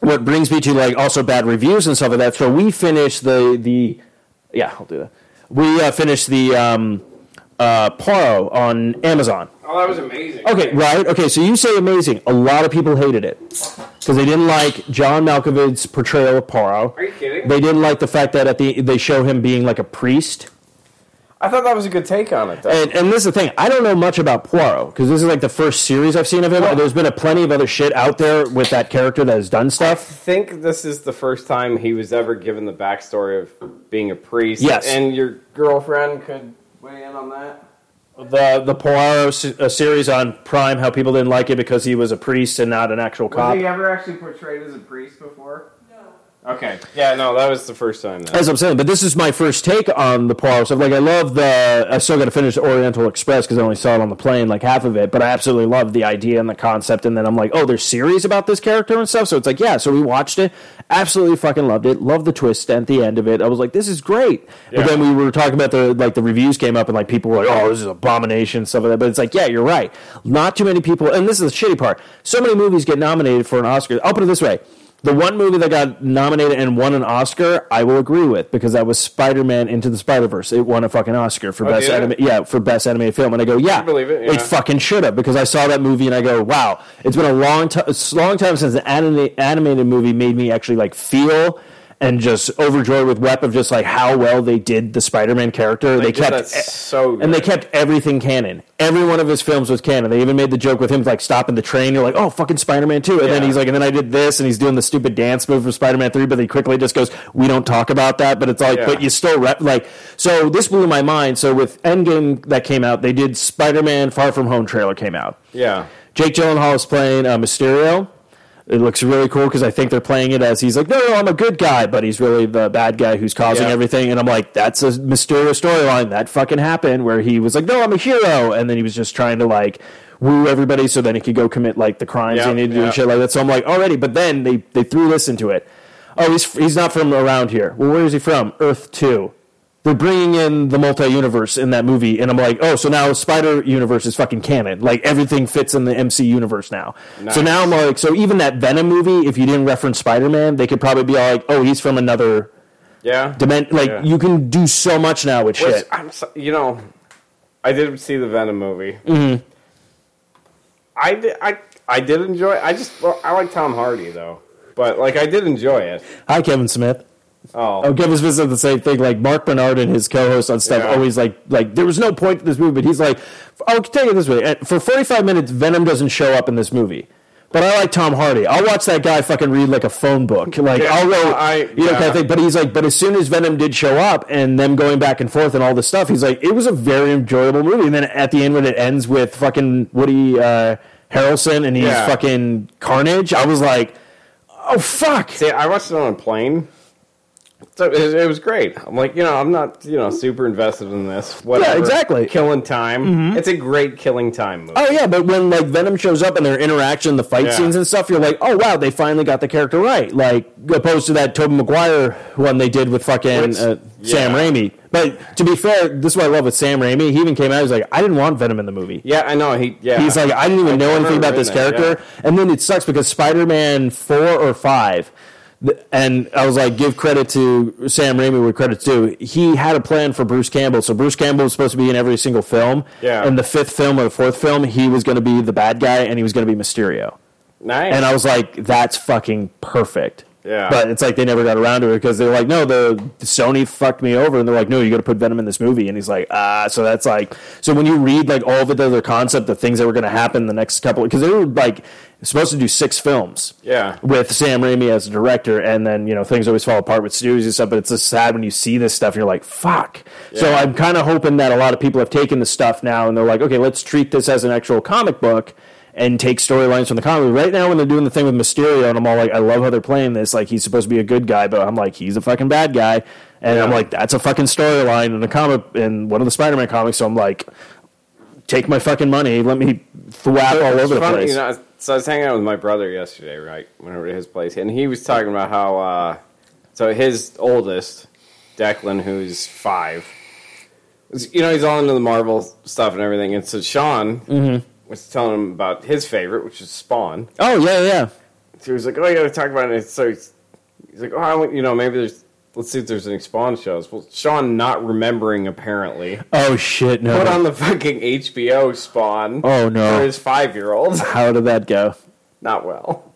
what brings me to like also bad reviews and stuff like that. So we finished the the yeah, I'll do that. We uh, finished the um, uh, Paro on Amazon. Oh, that was amazing. Okay, right. Okay, so you say amazing. A lot of people hated it because they didn't like John Malkovich's portrayal of Paro. Are you kidding? They didn't like the fact that at the they show him being like a priest. I thought that was a good take on it. Though. And, and this is the thing. I don't know much about Poirot because this is like the first series I've seen of him. There's been a plenty of other shit out there with that character that has done stuff. think this is the first time he was ever given the backstory of being a priest. Yes. And your girlfriend could weigh in on that. the the Poirot se- uh, series on Prime, how people didn't like it because he was a priest and not an actual cop. ever actually portrayed as a priest before? No. Okay. Yeah, no, that was the first time. Then. As I'm saying, but this is my first take on the Poirot stuff. Like, I love the. I still got to finish Oriental Express because I only saw it on the plane, like half of it. But I absolutely love the idea and the concept. And then I'm like, oh, there's series about this character and stuff. So it's like, yeah. So we watched it. Absolutely fucking loved it. Loved the twist at the end of it. I was like, this is great. But then we were talking about the like the reviews came up and like people were like, oh, this is abomination stuff like that. But it's like, yeah, you're right. Not too many people. And this is the shitty part. So many movies get nominated for an Oscar. I'll put it this way. The one movie that got nominated and won an Oscar, I will agree with because that was Spider Man Into the Spider Verse. It won a fucking Oscar for best Oh, did it? anime, yeah, for best animated film. And I go, yeah, believe it, yeah. fucking should have because I saw that movie and I go, wow, it's been a long time, long time since an anima- animated movie made me actually like feel and just overjoyed with wep of just like how well they did the Spider-Man character. They, did kept e-, that so and they good. kept everything canon. Every one of his films was canon. They even made the joke with him like stopping the train. You're like, oh fucking Spider-Man two, and then Yeah. he's like, and then I did this, and he's doing the stupid dance move from Spider-Man three, but he quickly just goes, we don't talk about that. But it's like, Yeah. but you still rep like. So this blew my mind. So with Endgame that came out, they did Spider-Man Far From Home trailer came out. Yeah. Jake Gyllenhaal is playing uh, Mysterio. It looks really cool because I think they're playing it as he's like, no, no, I'm a good guy, but he's really the bad guy who's causing Yeah. everything. And I'm like, that's a Mysterio storyline that fucking happened where he was like, no, I'm a hero, and then he was just trying to like woo everybody so then he could go commit like the crimes Yeah, he needed to do yeah. and shit like that. So I'm like, already, but then they they threw this into it. Oh, he's he's not from around here. Well, where is he from? Earth two they're bringing in the multi-universe in that movie and i'm like oh so now spider universe is fucking canon like everything fits in the mc universe now so now i'm like so even that venom movie if you didn't reference spider-man they could probably be all like oh he's from another Yeah. dimension like Yeah. you can do so much now with Which, shit I'm so, you know, I did see the Venom movie. Mm-hmm. I, did, I I did enjoy. I just well, I like Tom Hardy though, but like I did enjoy it. Hi, Kevin Smith. Oh, Oh, Kevin Smith said the same thing. Like Mark Bernard and his co-host on stuff Yeah. always like like there was no point to this movie, but he's like, I'll take it this way. And For 45 minutes, Venom doesn't show up in this movie. But I like Tom Hardy. I'll watch that guy fucking read like a phone book. Like Yeah, I'll go, I- you know, kind yeah. of thing. But he's like, but as soon as Venom did show up and them going back and forth and all this stuff, he's like, it was a very enjoyable movie. And then at the end when it ends with fucking Woody uh, Harrelson and he's Yeah. fucking Carnage, I was like, oh fuck. See, I watched it on a plane. So it, it was great. I'm like, you know, I'm not, you know, super invested in this. Whatever. exactly. Mm-hmm. Killing time. It's a great killing time movie. Oh yeah, but when like Venom shows up and their interaction, the fight Yeah. scenes and stuff, you're like, oh wow, they finally got the character right. Like opposed to that Tobey Maguire one they did with fucking Which- uh, Sam yeah. Raimi. But to be fair, this is what I love with Sam Raimi. He even came out, he was like, I didn't want Venom in the movie. Yeah, I know. He, yeah. He's like, I didn't even know anything remember about this reading that, character. And then it sucks because Spider Man 4 or 5, th- and I was like, give credit to Sam Raimi where credit's due. He had a plan for Bruce Campbell. So Bruce Campbell was supposed to be in every single film. Yeah. And the fifth film or the fourth film, he was going to be the bad guy and he was going to be Mysterio. nice. And I was like, that's fucking perfect. Yeah. But it's like they never got around to it because they're like, no, the Sony fucked me over, and they're like, no, you got to put Venom in this movie, and he's like, ah, so that's like, so when you read like all of the other concept, the things that were going to happen the next couple, because they were like supposed to do six films, Yeah. with Sam Raimi as a director, and then you know things always fall apart with studios and stuff. But it's just sad when you see this stuff, and you're like, fuck. So Yeah. I'm kind of hoping that a lot of people have taken the stuff now, and they're like, okay, let's treat this as an actual comic book. And take storylines from the comic. book. Right now, when they're doing the thing with Mysterio, and I'm all like, I love how they're playing this. Like, he's supposed to be a good guy, but I'm like, he's a fucking bad guy. And I'm Yeah. like, that's a fucking storyline in a comic, in one of the Spider Man comics. So I'm like, take my fucking money. Let me thwap all over the Funny, place. you know, so I was hanging out with my brother yesterday, right? Went over to his place, and he was talking about how uh, so his oldest, Declan, who's five, was- you know, he's all into the Marvel stuff and everything, and so Sean Mm-hmm. was telling him about his favorite, which is Spawn. oh, yeah, yeah. So he was like, "Oh, you got to talk about it." So he's, he's like, "Oh, I want, you know, maybe there's." Let's see if there's any Spawn shows. Well, Sean not remembering apparently Oh, shit, no. put on the fucking HBO Spawn Oh for no! his five year old. How did that go? [laughs] not well.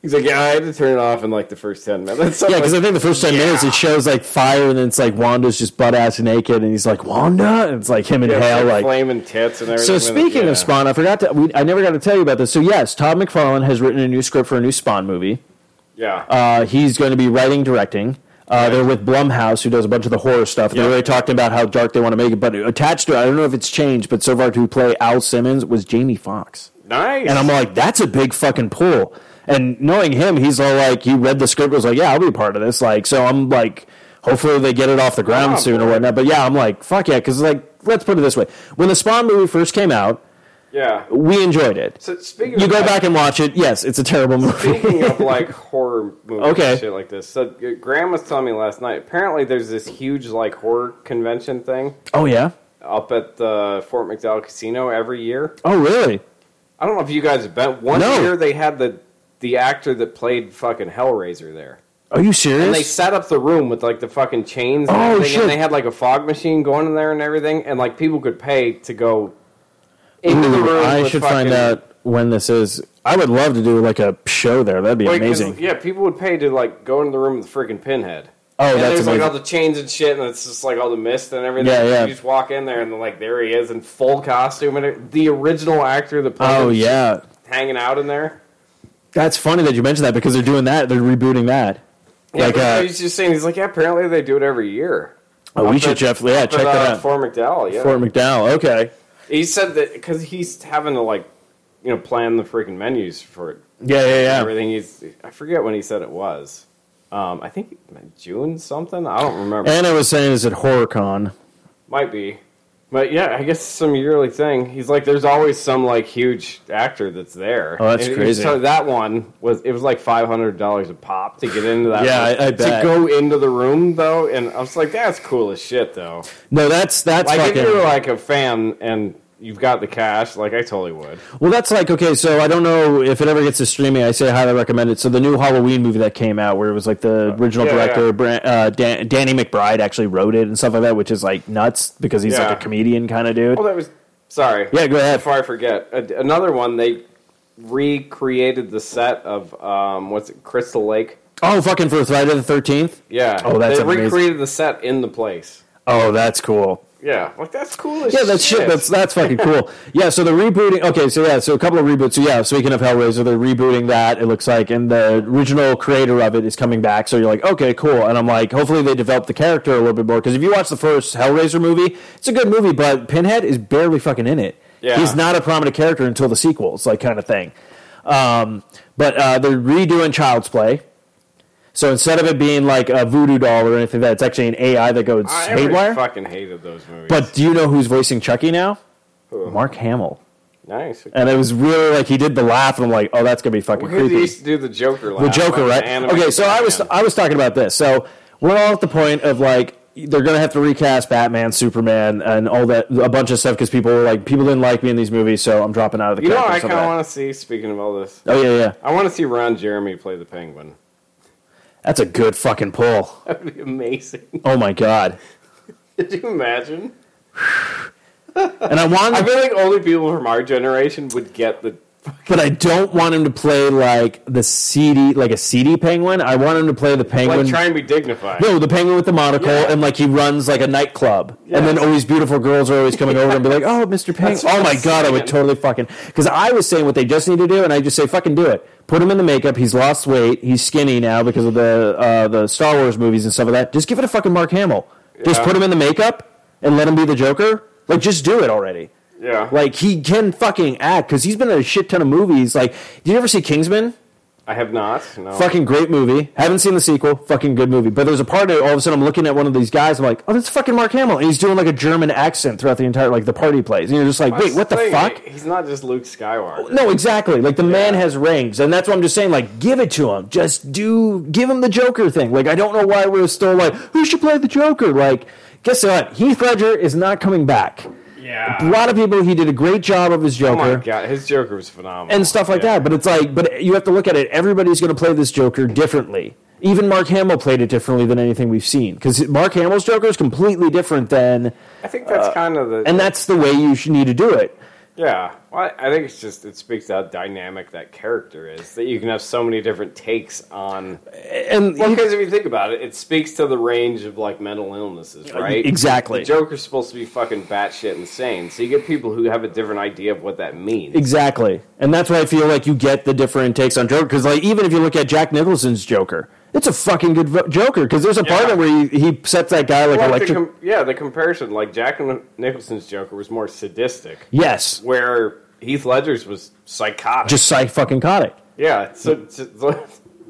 He's like, yeah, I had to turn it off in like the first ten minutes. So Yeah, I'm because [laughs] I like, think the first ten minutes it shows like fire, and then it's like Wanda's just butt ass naked, and he's like Wanda, and it's like him and yeah, Hale like. flaming tits and So everything. speaking Yeah. of Spawn, I forgot to we, I never got to tell you about this. So yes, Todd McFarlane has written a new script for a new Spawn movie. yeah, Uh, he's going to be writing, directing. Uh, They're with Blumhouse, who does a bunch of the horror stuff. They Yeah. already talked about how dark they want to make it, but attached to it, I don't know if it's changed, but so far to play Al Simmons was Jamie Foxx. nice. And I'm like, that's a big fucking pull. And knowing him, he's all like, he read the script, was like, yeah, I'll be a part of this. Like, so I'm like, hopefully they get it off the ground Oh, soon or boy. whatnot. But yeah, I'm like, fuck yeah, because like, let's put it this way: when the Spawn movie first came out, yeah. we enjoyed it. So speaking, You of go that, back and watch it. Yes, it's a [laughs] terrible movie. Speaking [laughs] of like horror movies, Okay. and shit like this. So uh, Graham was telling me last night. Apparently, there's this huge like horror convention thing oh yeah. up at the Fort McDowell Casino every year. Oh really? I don't know if you guys have been. One No. year they had the the actor that played fucking Hellraiser there. Are And you they serious? set up the room with like the fucking chains and Oh, everything, shit. and they had like a fog machine going in there and everything, and like people could pay to go into the Ooh, room. I with should fucking- find out when this is. I would love to do like a show there. That'd be Like, 'cause, amazing. Yeah, people would pay to like go into the room with the freaking pinhead. Oh, and that's there's amazing. like all the chains and shit, and it's just like all the mist and everything. Yeah, and yeah. You just walk in there, and like there he is in full costume, and it- the original actor that played oh him yeah. hanging out in there. That's funny that you mentioned that because they're doing that. They're rebooting that. Yeah, Like, but uh, he's just saying he's like, yeah, apparently they do it every year. Oh, we Up should at- definitely yeah up check at, that uh, out. Fort, Fort McDowell, yeah. McDowell. Okay. He said that because he's having to like, you know, plan the freaking menus for it. Yeah, yeah, yeah. Everything he's, I forget when he said it was. Um, I think June something. I don't remember. And I was saying is at HorrorCon. Might be, but yeah, I guess it's some yearly thing. He's like, there's always some like huge actor that's there. Oh, that's And he- crazy. So that one was it was like five hundred dollars a pop to get into that. Yeah, room. I- I to bet. go into the room though, and I was like, that's cool as shit though. No, that's that's Like if fucking you're like a fan and you've got the cash, like I totally would. Well, that's like okay. So I don't know if it ever gets to streaming. I say highly recommend it. So the new Halloween movie that came out, where it was like the original Uh, yeah, director yeah. Bran- uh, Dan- Danny McBride actually wrote it and stuff like that, which is like nuts because he's Yeah. like a comedian kind of dude. Oh, that was sorry. yeah, go ahead. Before I forget, a, another one they recreated the set of um, what's it, Crystal Lake? Oh, fucking for Friday the Thirteenth. Yeah. Oh, that's they amazing. recreated the set in the place. Oh, that's cool. Yeah, like that's cool. As Yeah, that's shit. That's that's fucking cool. Yeah, so the rebooting. Okay, so yeah, so a couple of reboots. So yeah, speaking of Hellraiser, they're rebooting that. It looks like, and the original creator of it is coming back. So you're like, okay, cool. And I'm like, hopefully they develop the character a little bit more because if you watch the first Hellraiser movie, it's a good movie, but Pinhead is barely fucking in it. Yeah. he's not a prominent character until the sequels, like kind of thing. Um, but uh, they're redoing Child's Play. So instead of it being like a voodoo doll or anything, like that it's actually an AI that goes I always haywire. fucking hated those movies. But do you know who's voicing Chucky now? Mark Hamill. nice. And it was really like he did the laugh, and I'm like, oh, that's gonna be fucking Because he creepy. used to do the Joker. The Laugh, Joker, like right? the animated Okay, so I was Batman. I was talking about this. So we're all at the point of like they're gonna have to recast Batman, Superman, and all that a bunch of stuff because people were like people didn't like me in these movies, so I'm dropping out of the. You know, what I characters kind and of all want to see. Speaking of all this, that. Oh yeah, yeah, I want to see Ron Jeremy play the Penguin. [laughs] that's a good fucking pull. That would be amazing. [laughs] Oh my god! Could you imagine? And I want, [laughs] I feel like only people from our generation would get the. but I don't want him to play like the seedy, like a seedy penguin. I want him to play the penguin. Like, try and be dignified. No, the penguin with the monocle, Yeah. and like he runs like a nightclub, and then Yes. always beautiful girls are always coming over and be like, "Oh, Mr. Penguin." That's what Oh my I'm god, I would saying. totally fucking because I was saying what they just need to do, and I just say fucking do it. Put him in the makeup. He's lost weight. He's skinny now because of the uh, the Star Wars movies and stuff like that. Just give it a fucking Mark Hamill. Just Yeah. put him in the makeup and let him be the Joker. Like, just do it already. Yeah. Like he can fucking act because he's been in a shit ton of movies. Like, did you ever see Kingsman? I have not. No. Fucking great movie. Haven't seen the sequel. Fucking good movie. But there's a part of it, all of a sudden I'm looking at one of these guys. I'm like, oh, that's fucking Mark Hamill. And he's doing like a German accent throughout the entire, like the party plays. And you're just like, That's wait, what the thing, fuck? He's not just Luke Skywalker. No, exactly. Like the man has rings. And that's what I'm just saying. Like, give it to him. Just do, give him the Joker thing. Like, I don't know why we're still like, who should play the Joker? Like, guess what? Heath Ledger is not coming back. A Yeah. lot of people, he did a great job of his Oh my Joker god, his Joker was phenomenal. and stuff like Yeah. that. But it's like, but you have to look at it. Everybody's going to play this Joker differently. Even Mark Hamill played it differently than anything we've seen because Mark Hamill's Joker is completely different than, I think that's kind of the. Uh, and that's the way you should need to do it. yeah. Well, I I think it's just it speaks to how dynamic that character is that you can have so many different takes on. And Well, you- because if you think about it, it speaks to the range of like mental illnesses, right? exactly. The Joker's supposed to be fucking batshit insane, so you get people who have a different idea of what that means. exactly, and that's why I feel like you get the different takes on Joker because, like, even if you look at Jack Nicholson's Joker, it's a fucking good vo- Joker because there's a part Yeah. of it where he, he sets that guy like Well, the electric. com- yeah, the comparison, like Jack Nicholson's Joker was more sadistic, yes, where Heath Ledger's was psychotic. just psych fucking caught it. yeah, so, so-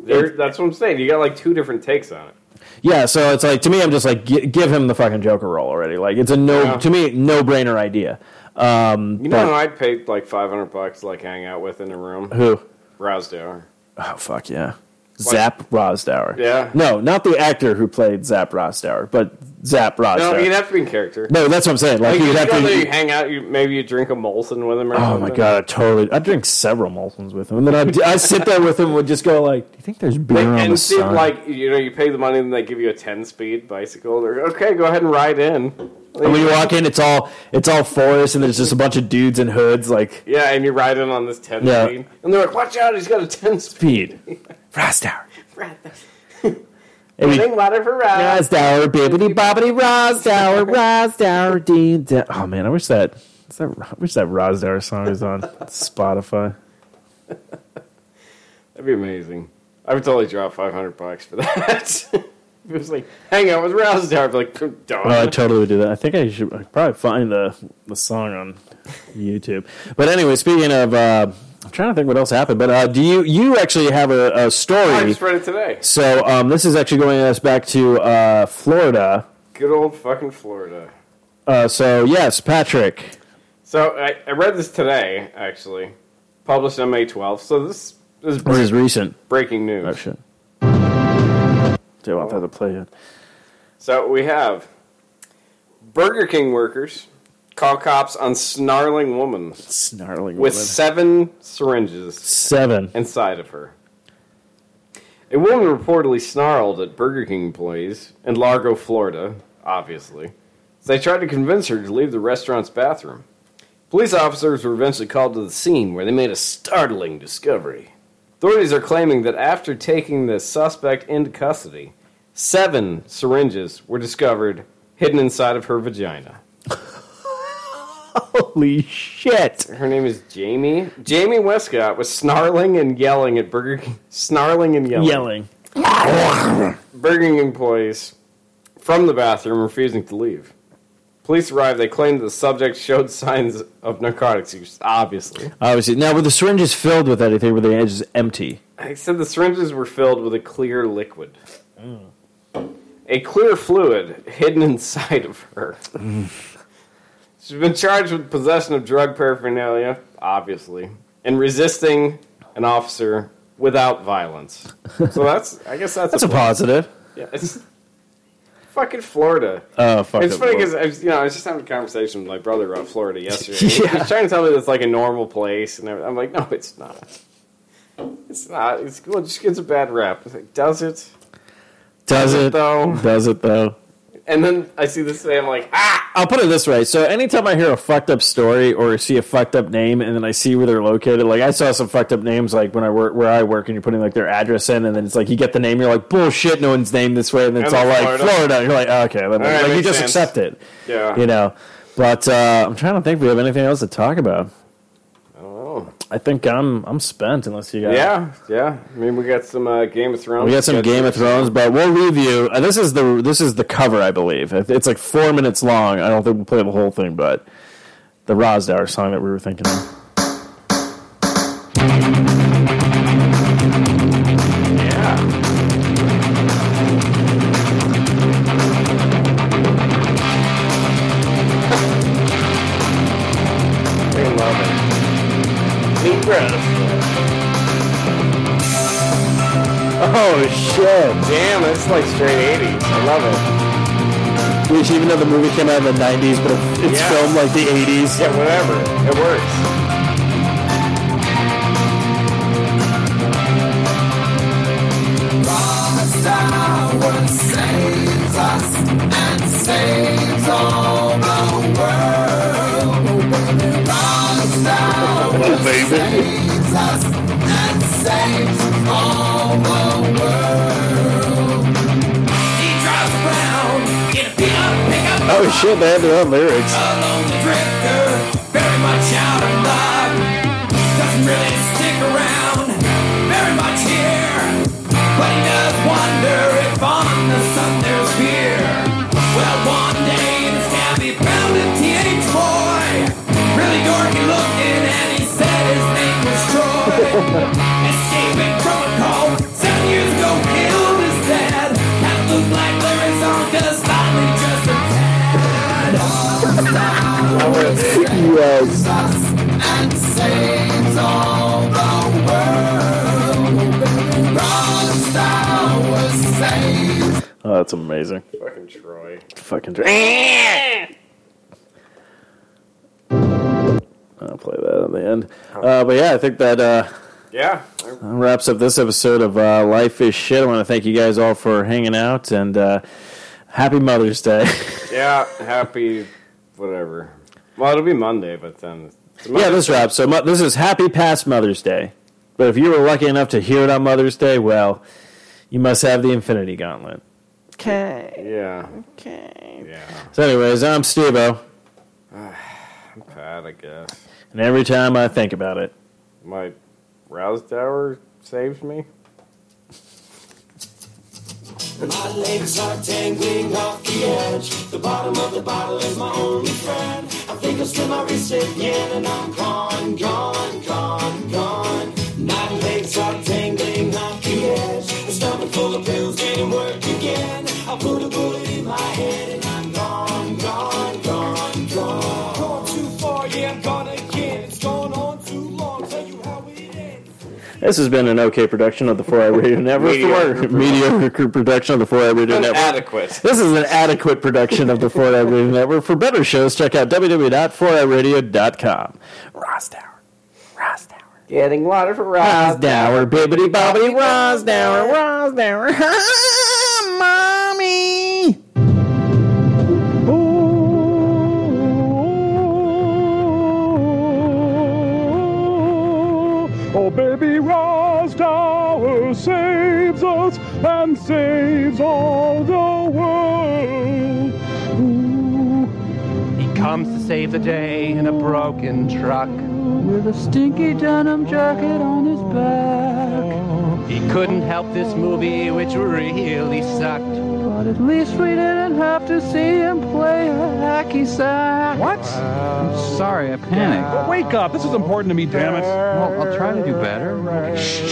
there, that's what I'm saying. You got like two different takes on it. Yeah, so it's like to me, I'm just like gi- give him the fucking Joker role already. Like it's a no Yeah. to me no brainer idea. Um, You know, but- who I'd pay like 500 bucks to like hang out with in a room. who? Rousdower. Oh fuck yeah, Zap Rosdauer. Yeah. no, not the actor who played Zap Rosdauer, but Zap No, Rosdauer. you'd have to be in character. no, that's what I'm saying. Like, Like, you you'd have go there, you to. hang out. You maybe you drink a Molson with him. Or Oh something. my god, I totally. I drink several Molsons with him, and then I, I sit there with him and would just go like, "Do you think there's beer They, on and the see, sun?" like you know, you pay the money, and they give you a ten-speed bicycle. They're okay. Go ahead and ride in. and when you walk in, it's all it's all forest, and there's just a bunch of dudes in hoods, like Yeah, and you ride in on this ten-speed, Yeah. and they're like, "Watch out! He's got a ten-speed." [laughs] [laughs] Pete Rosdauer. And we- Getting water for rides. Rosdauer, bibbity bobbity, Rosdauer, Rosdauer, dee da- Oh man, I wish that, is that I wish that Rosdauer song was on Spotify. That'd be amazing. I would totally drop five hundred bucks for that. [laughs] it was like, hang out with Rousdower. I'd be like, don't. Oh, I totally would do that. I think I should I'd probably find the the song on YouTube. But anyway, speaking of, uh, I'm trying to think what else happened. But uh, do you you actually have a, a I story? just read it today. So um, this is actually going us back to uh, Florida. Good old fucking Florida. Uh, so yes, Patrick. So I, I read this today, actually, published on May twelfth. So this, this is This is recent. breaking news. Oh shit. Do I want that to play it? So we have Burger King workers Call cops on snarling woman Snarling with woman. seven syringes seven. inside of her. A woman reportedly snarled at Burger King employees in Largo, Florida, obviously, as they tried to convince her to leave the restaurant's bathroom. Police officers were eventually called to the scene where they made a startling discovery. Authorities are claiming that after taking the suspect into custody, seven syringes were discovered hidden inside of her vagina. [laughs] Holy shit! Her name is Jamie. Jamie Westcott was snarling and yelling at Burger King. [laughs] Snarling and yelling. Yelling. Burger King employees from the bathroom refusing to leave. Police arrived. They claimed the subject showed signs of narcotics use, obviously. Obviously, now were the syringes filled with anything? Were the edges empty? They said the syringes were filled with a clear liquid. A clear fluid hidden inside of her. She's been charged with possession of drug paraphernalia, obviously, and resisting an officer without violence. So that's, I guess that's, That's a positive. Yeah, it's fucking Florida. Oh fuck! It's it funny worked. because I was, you know I was just having a conversation with my brother about Florida yesterday. He was trying to tell me that it's like a normal place, and I'm like, no, it's not. It's not. It's cool. It just gets a bad rap. It's like, does it? does it though? Does it though? And then I see this, and I'm like, ah, I'll put it this way. So anytime I hear a fucked up story or see a fucked up name, and then I see where they're located, like I saw some fucked up names, like when I work where I work, and you're putting like their address in, and then it's like you get the name, you're like bullshit, no one's named this way, and it's And all it's like Florida. Florida. and You're like oh, okay, like, right, like, you makes just sense. accept it, yeah. you know. But uh, I'm trying to think if we have anything else to talk about. I don't know. I think I'm I'm spent unless you guys. Yeah, yeah. I mean, we got some uh, Game of Thrones. We got some Game of Thrones, but we'll review. Uh, this is the this is the cover, I believe. It- It's like four minutes long. I don't think we'll play the whole thing, but the Rosdar song that we were thinking of. Yeah. they love it. Incredible. Oh shit! Damn, that's like straight 80s. I love it. Which even though the movie came out in the '90s, but it- it's Yeah. filmed like the '80s. Yeah, whatever. It works. Oh, [laughs] Oh shit! They had their own lyrics. [laughs] Yes. Oh, that's amazing. Fucking Troy. Fucking drink. [laughs] I'll play that at the end. Uh, but yeah, I think that uh, Yeah. wraps up this episode of uh, Life is Shit. I want to thank you guys all for hanging out and uh, happy Mother's Day. [laughs] Yeah. Happy whatever. Well, it'll be Monday, but then. it's Monday. yeah, this wraps. So mo- this is happy past Mother's Day. But if you were lucky enough to hear it on Mother's Day, well, you must have the Infinity Gauntlet. Yeah. Okay. Yeah. So, anyways, I'm Stevo, Pat, I guess. and every time I think about it, My rouse tower saves me. My legs are tangling off the edge. The bottom of the bottle is my only friend. I think I'll slip my wrist again and I'm gone, gone, gone, gone. My legs are tangling off the edge. The stomach full of pills didn't work again. I put a bullet in my head and I'm gone, gone, gone, gone. Gone too far, yeah, I'm gone again. It's gone on too long. Tell you how it ends. This has been an okay production of the Four Eye Radio Network. Mediocre Mediocre production of the Four Eye Radio Network. Adequate. This is an adequate production of the Four Eye Radio Network. For better shows, check out www.foureyeradio.com. Ross Tower. Ross Tower. Getting water for Ross Ross. Tower. Bibbity bobbity Ross Tower. Ross Tower. [laughs] Mommy. Oh, baby, Ross Tower saves us and saves all the world. He comes to save the day in a broken truck. with a stinky denim jacket on his back. He couldn't help this movie, which really sucked. But at least we didn't have to see him play a hacky sack. What? I'm sorry, I panicked. Wake up! This is important to me, damn it. Well, I'll try to do better.